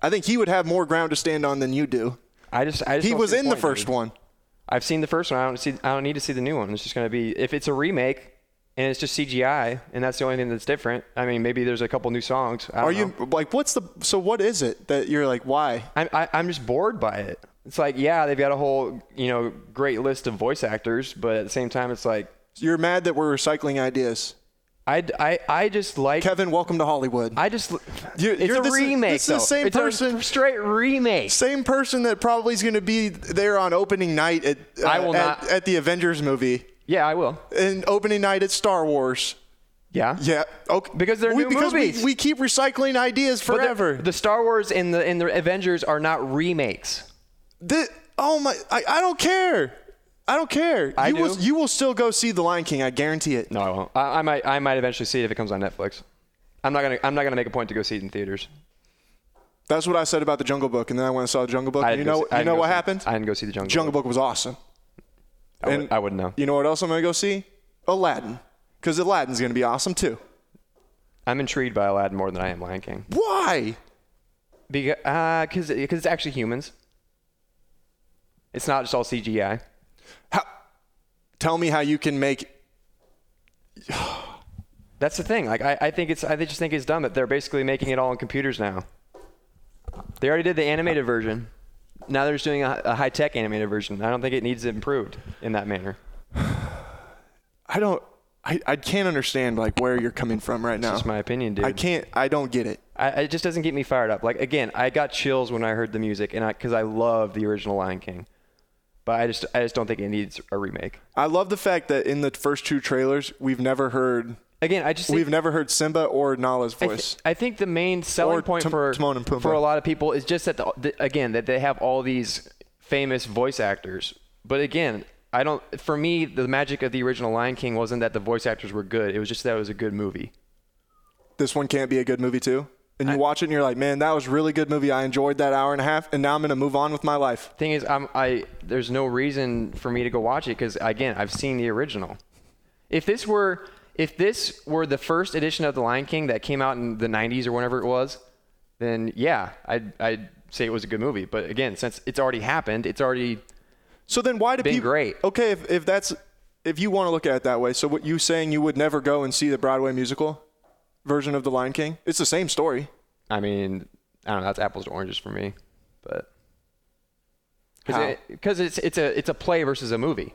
Speaker 1: I think he would have more ground to stand on than you do.
Speaker 2: I just I just
Speaker 1: He
Speaker 2: don't
Speaker 1: was
Speaker 2: see
Speaker 1: in the
Speaker 2: point,
Speaker 1: first
Speaker 2: dude.
Speaker 1: one.
Speaker 2: I've seen the first one. I don't see I don't need to see the new one. It's just gonna be if it's a remake, and it's just CGI, and that's the only thing that's different. I mean, maybe there's a couple new songs. I don't
Speaker 1: Are
Speaker 2: know.
Speaker 1: you like what's the so what is it that you're like why?
Speaker 2: I'm, I, I'm just bored by it. It's like, yeah, they've got a whole, you know, great list of voice actors, but at the same time, it's like,
Speaker 1: You're mad that we're recycling ideas.
Speaker 2: I, I, I just like.
Speaker 1: Kevin, welcome to Hollywood.
Speaker 2: I just.
Speaker 1: You're-
Speaker 2: it's
Speaker 1: you're-
Speaker 2: a
Speaker 1: this is-
Speaker 2: remake.
Speaker 1: this is the
Speaker 2: though.
Speaker 1: same
Speaker 2: it's
Speaker 1: person-
Speaker 2: A straight remake.
Speaker 1: Same person that probably is going to be there on opening night at uh,
Speaker 2: I will
Speaker 1: at,
Speaker 2: not-
Speaker 1: at the Avengers movie
Speaker 2: Yeah, I will.
Speaker 1: and opening night at Star Wars.
Speaker 2: Yeah.
Speaker 1: Yeah, okay.
Speaker 2: Because they're
Speaker 1: we,
Speaker 2: new
Speaker 1: because
Speaker 2: movies.
Speaker 1: We, we keep recycling ideas
Speaker 2: But the-
Speaker 1: forever.
Speaker 2: The Star Wars and the and the Avengers are not remakes.
Speaker 1: Thi- oh my! I, I don't care. I don't care.
Speaker 2: I
Speaker 1: you will
Speaker 2: do.
Speaker 1: you will still go see The Lion King. I guarantee it.
Speaker 2: No, I won't. I, I might I might eventually see it if it comes on Netflix. I'm not gonna I'm not gonna make a point to go see it in theaters.
Speaker 1: That's what I said about the Jungle Book, and then I went and saw the Jungle Book.
Speaker 2: I
Speaker 1: and you
Speaker 2: didn't go
Speaker 1: know
Speaker 2: see- I
Speaker 1: you
Speaker 2: didn't
Speaker 1: know
Speaker 2: go
Speaker 1: what
Speaker 2: see-
Speaker 1: happened?
Speaker 2: I didn't go see the Jungle
Speaker 1: Jungle Book was awesome.
Speaker 2: I, would, I wouldn't know.
Speaker 1: You know what else I'm gonna go see? Aladdin, because Aladdin's gonna be awesome too.
Speaker 2: I'm intrigued by Aladdin more than I am Lion King.
Speaker 1: Why?
Speaker 2: Because uh, cause, 'cause it's actually humans. It's not just all CGI.
Speaker 1: How, tell me how you can make
Speaker 2: That's the thing. Like I, I think it's I just think it's dumb that they're basically making it all on computers now. They already did the animated version. Now they're just doing a, a high tech animated version. I don't think it needs improved in that manner.
Speaker 1: I don't. I, I can't understand like where you're coming from right now.
Speaker 2: That's just my opinion, dude.
Speaker 1: I can't. I don't get it.
Speaker 2: I, it just doesn't get me fired up. Like again, I got chills when I heard the music, and I because I love the original Lion King, but I just I just don't think it needs a remake.
Speaker 1: I love the fact that in the first two trailers, we've never heard
Speaker 2: Again, I just think,
Speaker 1: we've never heard Simba or Nala's
Speaker 2: I, th-
Speaker 1: voice.
Speaker 2: I think the main selling
Speaker 1: Or
Speaker 2: point
Speaker 1: Tim-
Speaker 2: for
Speaker 1: Timon and Pumbaa.
Speaker 2: for a lot of people is just that the, the, again that they have all these famous voice actors. But again, I don't. For me, the magic of the original Lion King wasn't that the voice actors were good. It was just that it was a good movie.
Speaker 1: this one can't be a good movie too. And you watch it and you're like, man, that was a really good movie. I enjoyed that hour and a half, and now I'm gonna move on with my life.
Speaker 2: Thing is, I'm, I there's no reason for me to go watch it because again, I've seen the original. If this were if this were the first edition of the Lion King that came out in the 90s or whenever it was, then yeah, I'd I'd say it was a good movie. But again, since it's already happened, it's already
Speaker 1: So then why do
Speaker 2: Been
Speaker 1: people?
Speaker 2: great.
Speaker 1: Okay, if, if that's if you want to look at it that way, so what you saying you would never go and see the Broadway musical version of The Lion King? It's the same story.
Speaker 2: I mean, I don't know. That's apples to oranges for me, but
Speaker 1: How?
Speaker 2: because it's it's a it's a play versus a movie.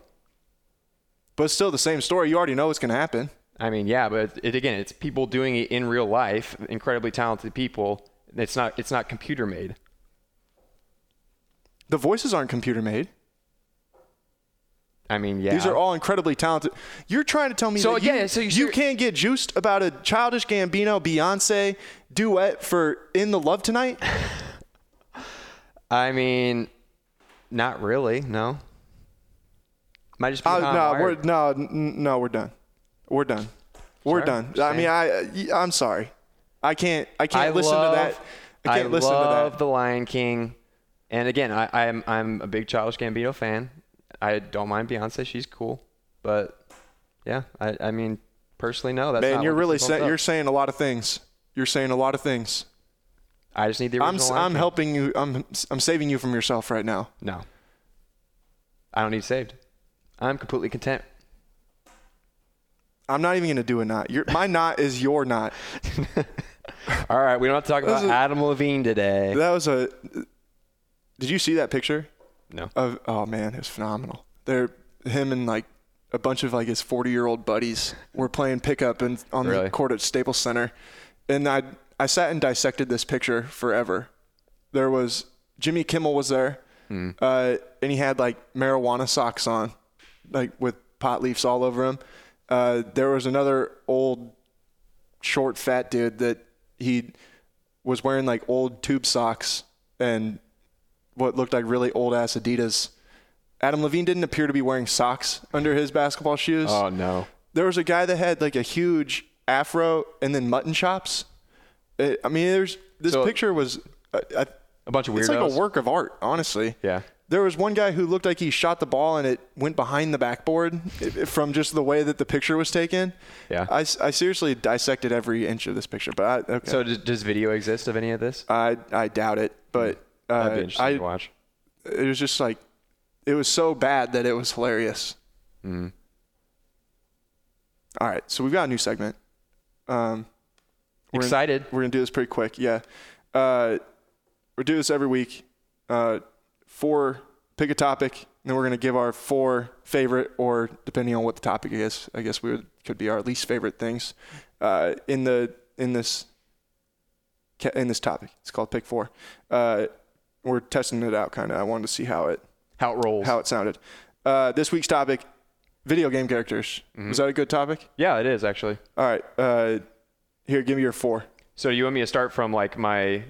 Speaker 1: But it's still the same story. You already know what's gonna happen.
Speaker 2: I mean, yeah, but it, again, it's people doing it in real life, incredibly talented people. It's not it's not computer made.
Speaker 1: The voices aren't computer made.
Speaker 2: I mean, yeah.
Speaker 1: These are all incredibly talented. You're trying to tell me
Speaker 2: So,
Speaker 1: that you,
Speaker 2: yeah, so
Speaker 1: you,
Speaker 2: you-
Speaker 1: can't get juiced about a childish Gambino Beyonce duet for "In the Love Tonight"?
Speaker 2: I mean, not really. No. Might just be.
Speaker 1: Uh,
Speaker 2: how I'm
Speaker 1: no, we're
Speaker 2: wired.
Speaker 1: no, n- no, we're done. We're done. We're
Speaker 2: Sorry,
Speaker 1: done.
Speaker 2: just
Speaker 1: I mean, I I- I'm sorry. I can't I can't listen to that. I can't listen
Speaker 2: love
Speaker 1: to that.
Speaker 2: the Lion King, and again, I, I'm I'm a big Childish Gambino fan. I don't mind Beyonce; she's cool, but yeah, I, I mean, personally, no. That's
Speaker 1: Man,
Speaker 2: not
Speaker 1: you're
Speaker 2: what
Speaker 1: really
Speaker 2: this is all
Speaker 1: saying
Speaker 2: about.
Speaker 1: you're saying a lot of things. You're saying a lot of things.
Speaker 2: I just need the
Speaker 1: I'm
Speaker 2: original.
Speaker 1: s-
Speaker 2: Lion
Speaker 1: I'm
Speaker 2: King.
Speaker 1: helping you. I'm I'm saving you from yourself right now.
Speaker 2: No, I don't need saved. I'm completely content.
Speaker 1: I'm not even gonna do a knot. Your, my knot is your knot.
Speaker 2: All right, we don't have to talk about
Speaker 1: is-
Speaker 2: Adam Levine today.
Speaker 1: That was a. Did you see that picture?
Speaker 2: No.
Speaker 1: Of oh man, it was phenomenal. They're him and like a bunch of like his forty year old buddies were playing pickup and on the
Speaker 2: Really?
Speaker 1: court at Staples Center, and I I sat and dissected this picture forever. There was Jimmy Kimmel was there,
Speaker 2: Hmm.
Speaker 1: uh, and he had like marijuana socks on, like with pot leaves all over him. Uh, there was another old short fat dude that he was wearing like old tube socks and what looked like really old ass Adidas. Adam Levine didn't appear to be wearing socks under his basketball shoes.
Speaker 2: Oh no.
Speaker 1: There was a guy that had like a huge afro and then mutton chops. It, I mean, there's this
Speaker 2: So-
Speaker 1: picture was uh, I,
Speaker 2: A bunch of weirdos.
Speaker 1: it's like a work of art, honestly.
Speaker 2: Yeah.
Speaker 1: There was one guy who looked like he shot the ball and it went behind the backboard i- i- from just the way that the picture was taken.
Speaker 2: Yeah.
Speaker 1: I, s- I seriously dissected every inch of this picture, but I, okay.
Speaker 2: So does, does video exist of any of this?
Speaker 1: I I doubt it, but uh,
Speaker 2: That'd be interesting
Speaker 1: I,
Speaker 2: to watch.
Speaker 1: it was just like it was so bad that it was hilarious. All right, so we've got a new segment. Um, we're gonna-
Speaker 2: Excited.
Speaker 1: we're gonna do this pretty quick. Yeah, uh, we do this every week. Uh, four pick a topic, and then we're gonna give our four favorite, or depending on what the topic is, I guess we would, could be our least favorite things uh, in the in this ca- in this topic. It's called pick four. Uh, we're testing it out, kind of. I wanted to see how it
Speaker 2: How it rolls.
Speaker 1: how it sounded. Uh, this week's topic: video game characters. Was that a good topic?
Speaker 2: yeah, it is actually.
Speaker 1: All right. Uh, here, give me your four.
Speaker 2: So do you want me to start from like my?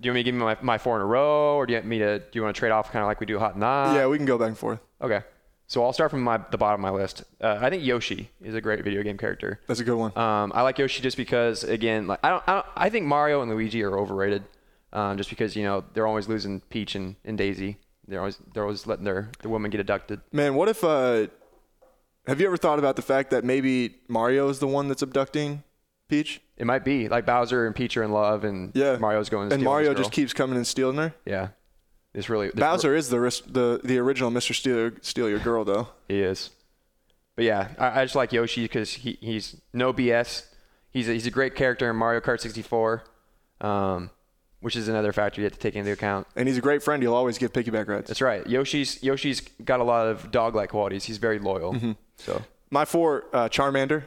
Speaker 2: Do you want me to give me my, my four in a row, or do you want me to? Do you want to trade off kind of like we do hot and not?
Speaker 1: yeah, we can go back and forth.
Speaker 2: Okay. So I'll start from my the bottom of my list. Uh, I think Yoshi is a great video game character.
Speaker 1: That's a good one.
Speaker 2: Um, I like Yoshi just because, again, like I don't, I don't, I think Mario and Luigi are overrated, um, just because you know they're always losing Peach and, and Daisy. They're always they're always letting their the woman get abducted.
Speaker 1: Man, what if? Uh, have you ever thought about the fact that maybe Mario is the one that's abducting Peach?
Speaker 2: It might be like Bowser and Peach are in love, and
Speaker 1: Yeah,
Speaker 2: Mario's going and,
Speaker 1: and
Speaker 2: stealing
Speaker 1: Mario
Speaker 2: this girl.
Speaker 1: just keeps coming and stealing her.
Speaker 2: yeah. This really this
Speaker 1: Bowser is the ris- the the original Mr. Steal Steal Your Girl though.
Speaker 2: He is. But yeah, I, I just like Yoshi because he, he's no BS. He's a, he's a great character in Mario Kart 64, um, which is another factor you have to take into account.
Speaker 1: And he's a great friend. He'll always give piggyback rides.
Speaker 2: That's right. Yoshi's Yoshi's got a lot of dog-like qualities. He's very loyal.
Speaker 1: Mm-hmm.
Speaker 2: So
Speaker 1: My four, uh, Charmander.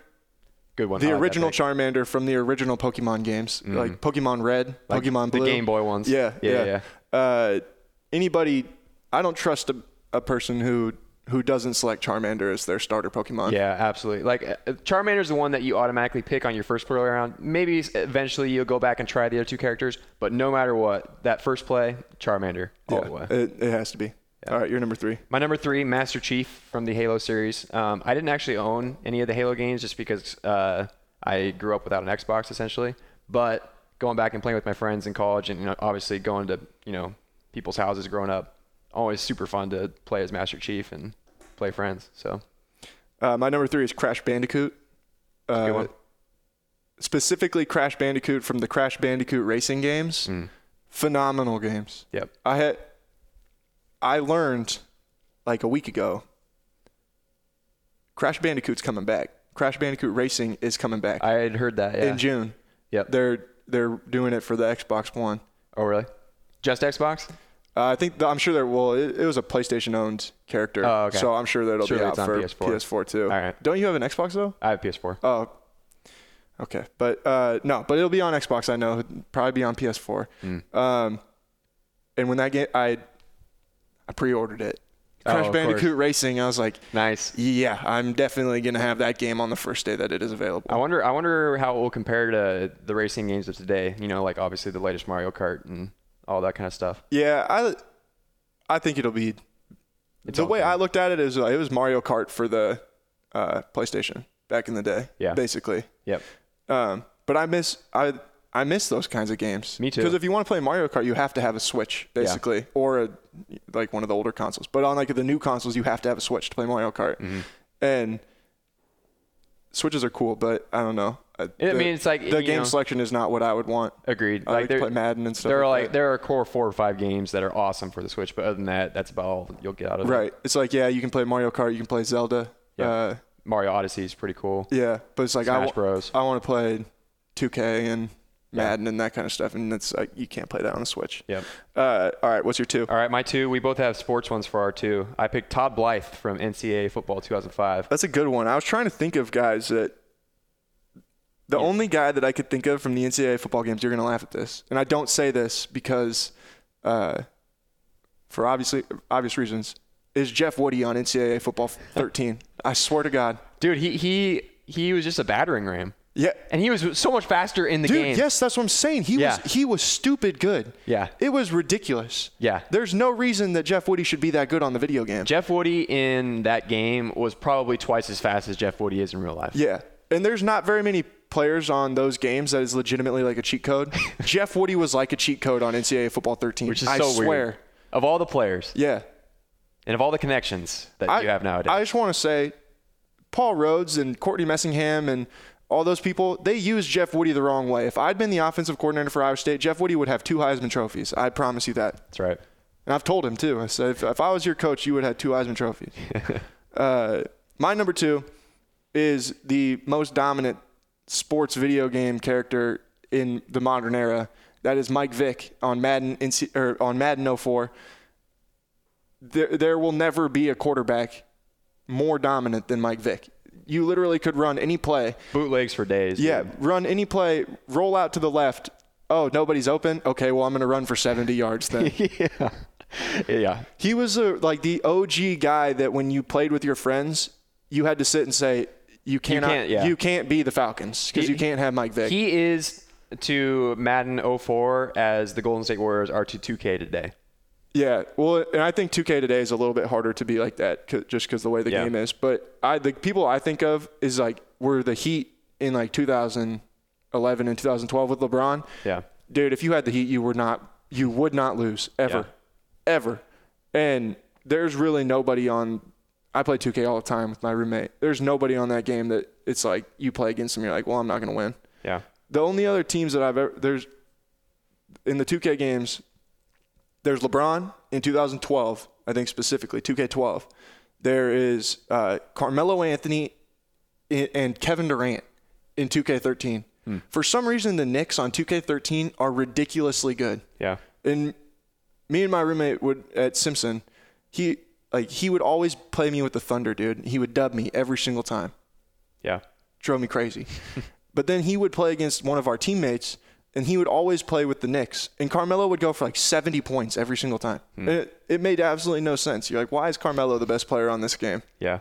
Speaker 2: good one. I
Speaker 1: The
Speaker 2: like Oh, that
Speaker 1: original
Speaker 2: pick. Mm-hmm.
Speaker 1: Charmander from the original Pokemon games, like Pokemon Red,
Speaker 2: Like
Speaker 1: Pokemon
Speaker 2: the
Speaker 1: Blue,
Speaker 2: Game Boy ones.
Speaker 1: Yeah,
Speaker 2: Yeah,
Speaker 1: yeah. Uh, anybody, I don't trust a, a person who who doesn't select Charmander as their starter Pokemon.
Speaker 2: Yeah, absolutely. Like uh, Charmander's the one that you automatically pick on your first play around. Maybe s- eventually you'll go back and try the other two characters, but no matter what, that first play, Charmander all the way.
Speaker 1: It, it has to be. All right, you're number three.
Speaker 2: My number three, Master Chief from the Halo series. Um, I didn't actually own any of the Halo games just because uh, I grew up without an Xbox essentially. But going back and playing with my friends in college, and you know, obviously going to you know people's houses growing up, always super fun to play as Master Chief and play friends. So
Speaker 1: Uh, my number three is Crash Bandicoot. Uh,
Speaker 2: good one.
Speaker 1: Specifically, Crash Bandicoot from the Crash Bandicoot racing games. Phenomenal games.
Speaker 2: Mm. Yep.
Speaker 1: I had I learned like a week ago. Crash Bandicoot's coming back. Crash Bandicoot Racing is coming back
Speaker 2: I had heard that. Yeah.
Speaker 1: in June.
Speaker 2: Yep.
Speaker 1: They're they're doing it for the Xbox One.
Speaker 2: oh really? Just Xbox?
Speaker 1: Uh, I think I'm sure there. Well, it, it was a PlayStation owned character,
Speaker 2: Oh, okay.
Speaker 1: so I'm sure that'll
Speaker 2: Surely
Speaker 1: be out
Speaker 2: it's on
Speaker 1: for
Speaker 2: PS4.
Speaker 1: too.
Speaker 2: All right.
Speaker 1: Don't you have an Xbox though?
Speaker 2: I have PS4.
Speaker 1: Oh, okay. But uh, no, but it'll be on Xbox. I know. It'll probably be on PS4.
Speaker 2: Hmm.
Speaker 1: Um, and when that game, I I pre-ordered it.
Speaker 2: Oh,
Speaker 1: Crash
Speaker 2: of
Speaker 1: Bandicoot
Speaker 2: course.
Speaker 1: Racing. I was like,
Speaker 2: Nice.
Speaker 1: yeah, I'm definitely gonna have that game on the first day that it is available.
Speaker 2: I wonder. I wonder how it will compare to the racing games of today. You know, like obviously the latest Mario Kart and all that kind of stuff.
Speaker 1: Yeah, I I think it'll be. the
Speaker 2: all
Speaker 1: way I looked at it is uh, it was Mario Kart for the uh, PlayStation back in the day.
Speaker 2: Yeah.
Speaker 1: basically.
Speaker 2: Yep.
Speaker 1: Um, but I miss I I miss those kinds of games.
Speaker 2: Me too.
Speaker 1: Because if you want to play Mario Kart, you have to have a Switch basically, or a, like one of the older consoles. But on like the new consoles, you have to have a Switch to play Mario Kart.
Speaker 2: Mm-hmm.
Speaker 1: And Switches are cool, but I don't know. I,
Speaker 2: I mean, it's like,
Speaker 1: the
Speaker 2: you
Speaker 1: game
Speaker 2: know-
Speaker 1: selection is not what I would want.
Speaker 2: Agreed.
Speaker 1: I like to
Speaker 2: there-
Speaker 1: play Madden and stuff
Speaker 2: There are
Speaker 1: like
Speaker 2: like
Speaker 1: that.
Speaker 2: there are core four or five games that are awesome for the Switch, but other than that, that's about all you'll get out of it.
Speaker 1: Right. It's like yeah, you can play Mario Kart, you can play Zelda.
Speaker 2: Yeah.
Speaker 1: Uh,
Speaker 2: Mario Odyssey is pretty cool.
Speaker 1: yeah, but it's like I
Speaker 2: Smash
Speaker 1: wa-
Speaker 2: Bros.
Speaker 1: I want to play 2K and Madden and that kind of stuff, and it's like you can't play that on a Switch.
Speaker 2: Yep.
Speaker 1: Uh, all right, what's your two?
Speaker 2: All right, my two. We both have sports ones for our two. I picked Todd Blythe from NCAA football 2005.
Speaker 1: That's a good one. I was trying to think of guys that. The only guy that I could think of from the NCAA football games, you're going to laugh at this, and I don't say this because, uh, for obviously obvious reasons, is Jeff Woody on NCAA football 13. I swear to God.
Speaker 2: Dude, he he he was just a battering ram,
Speaker 1: Yeah.
Speaker 2: and he was so much faster in the
Speaker 1: Dude,
Speaker 2: game.
Speaker 1: yes, that's what I'm saying. He
Speaker 2: Yeah.
Speaker 1: was he was stupid good.
Speaker 2: Yeah.
Speaker 1: It was ridiculous.
Speaker 2: Yeah.
Speaker 1: There's no reason that Jeff Woody should be that good on the video game.
Speaker 2: Jeff Woody in that game was probably twice as fast as Jeff Woody is in real life.
Speaker 1: Yeah. And there's not very many players on those games that is legitimately like a cheat code. Jeff Woody was like a cheat code on NCAA Football 13.
Speaker 2: which is
Speaker 1: I
Speaker 2: so
Speaker 1: swear.
Speaker 2: weird. Of all the players
Speaker 1: Yeah.
Speaker 2: and of all the connections that
Speaker 1: I,
Speaker 2: you have nowadays,
Speaker 1: I just want to say Paul Rhodes and Courtney Messingham and all those people, they used Jeff Woody the wrong way. If I'd been the offensive coordinator for Iowa State, Jeff Woody would have two Heisman trophies. I promise you that.
Speaker 2: that's right.
Speaker 1: And I've told him too. I said, if, if I was your coach, you would have had two Heisman trophies. uh, my number two is the most dominant sports video game character in the modern era. That is Mike Vick on Madden NC or on Madden 04. There, there will never be a quarterback more dominant than Mike Vick. You literally could run any play.
Speaker 2: Bootlegs for days.
Speaker 1: Yeah,
Speaker 2: dude.
Speaker 1: run any play, roll out to the left. Oh, nobody's open. Okay, well I'm going to run for 70 yards then.
Speaker 2: yeah. Yeah.
Speaker 1: He was a, like the OG guy that when you played with your friends, you had to sit and say, "You cannot, you
Speaker 2: can't,
Speaker 1: can't,
Speaker 2: yeah.
Speaker 1: be the Falcons because
Speaker 2: He-
Speaker 1: you can't have Mike Vick."
Speaker 2: He is to Madden 04 as the Golden State Warriors are to 2K today.
Speaker 1: yeah, well, and I think 2K today is a little bit harder to be like that 'cause- just because the way the
Speaker 2: Yeah.
Speaker 1: game is. But I, the people I think of is like were the Heat in like 2011 and 2012 with LeBron.
Speaker 2: Yeah.
Speaker 1: dude, if you had the Heat, you were not, you would not lose ever, ever. And there's really nobody on. I play 2K all the time with my roommate. There's nobody on that game that it's like you play against them. You're like, well, I'm not gonna win.
Speaker 2: Yeah.
Speaker 1: The only other teams that I've ever there's in the 2K games, there's LeBron in 2012, I think specifically 2K12. There is uh, Carmelo Anthony i- and Kevin Durant in 2K13. For some reason, the Knicks on 2K13 are ridiculously good.
Speaker 2: Yeah.
Speaker 1: And me and my roommate would at Simpson, he like he would always play me with the Thunder, dude. He would dub me every single time
Speaker 2: Yeah.
Speaker 1: drove me crazy. but then he would play against one of our teammates, and he would always play with the Knicks. And Carmelo would go for like 70 points every single time. And it, it made absolutely no sense. You're like, why is Carmelo the best player on this game?
Speaker 2: Yeah.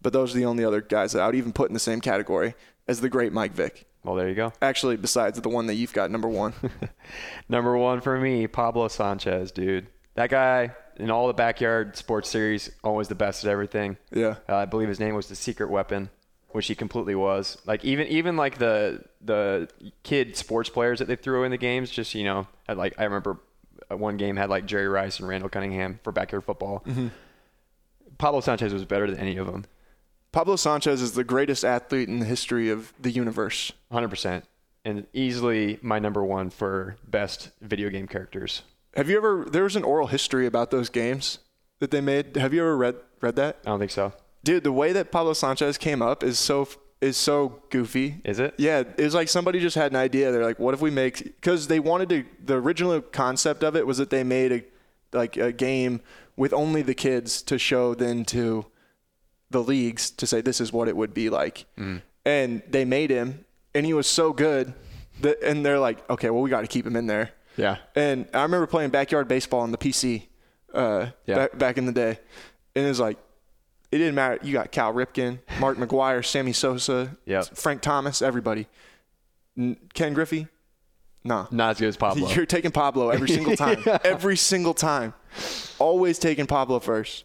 Speaker 1: But those are the only other guys that I would even put in the same category as the great Mike Vick.
Speaker 2: Well, there you go.
Speaker 1: Actually, besides the one that you've got, number one.
Speaker 2: Number one for me, Pablo Sanchez, dude. That guy in all the backyard sports series, always the best at everything.
Speaker 1: Yeah.
Speaker 2: Uh, I believe his name was the secret weapon, which he completely was. Like even even like the the kid sports players that they threw in the games, just you know, had like I remember uh, one game had like Jerry Rice and Randall Cunningham for backyard football.
Speaker 1: Mm-hmm.
Speaker 2: Pablo Sanchez was better than any of them,
Speaker 1: Pablo Sanchez is the greatest athlete in the history of the universe.
Speaker 2: 100 percent, and easily my number one for best video game characters.
Speaker 1: Have you ever, there was an oral history about those games that they made. Have you ever read, read that?
Speaker 2: I don't think so.
Speaker 1: dude the way that pablo sanchez came up is so is so goofy
Speaker 2: Is it?
Speaker 1: yeah it was like somebody just had an idea they're like what if we make because they wanted to the original concept of it was that they made a like a game with only the kids to show then to the leagues to say this is what it would be like
Speaker 2: Mm.
Speaker 1: and they made him and he was so good that and they're like okay well we got to keep him in there
Speaker 2: Yeah.
Speaker 1: and I remember playing backyard baseball on the PC uh,
Speaker 2: Yeah.
Speaker 1: ba- back in the day. And it was like, it didn't matter. You got Cal Ripken, Mark McGuire, Sammy Sosa,
Speaker 2: Yeah.
Speaker 1: Frank Thomas, everybody. N- Ken Griffey? Nah.
Speaker 2: Not as good as Pablo.
Speaker 1: You're taking Pablo every single time. Every single time. Always taking Pablo first.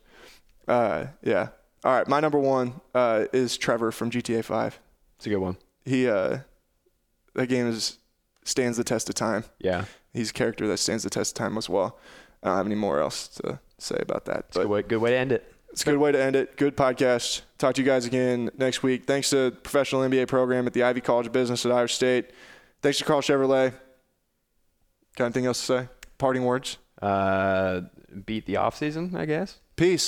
Speaker 1: Uh, yeah. All right. My number one uh, is Trevor from GTA 5.
Speaker 2: It's a good one.
Speaker 1: He, uh, that game is stands the test of time
Speaker 2: Yeah.
Speaker 1: he's a character that stands the test of time as well. I don't have any more else to say about that.
Speaker 2: It's a good
Speaker 1: But
Speaker 2: way, good way to end it.
Speaker 1: it's a good way to end it. Good podcast. Talk to you guys again next week. Thanks to the professional MBA program at the Ivy College of Business at Iowa State. Thanks to Carl Chevrolet. Got anything else to say? Parting words.
Speaker 2: Uh, beat the off season, I guess.
Speaker 1: Peace.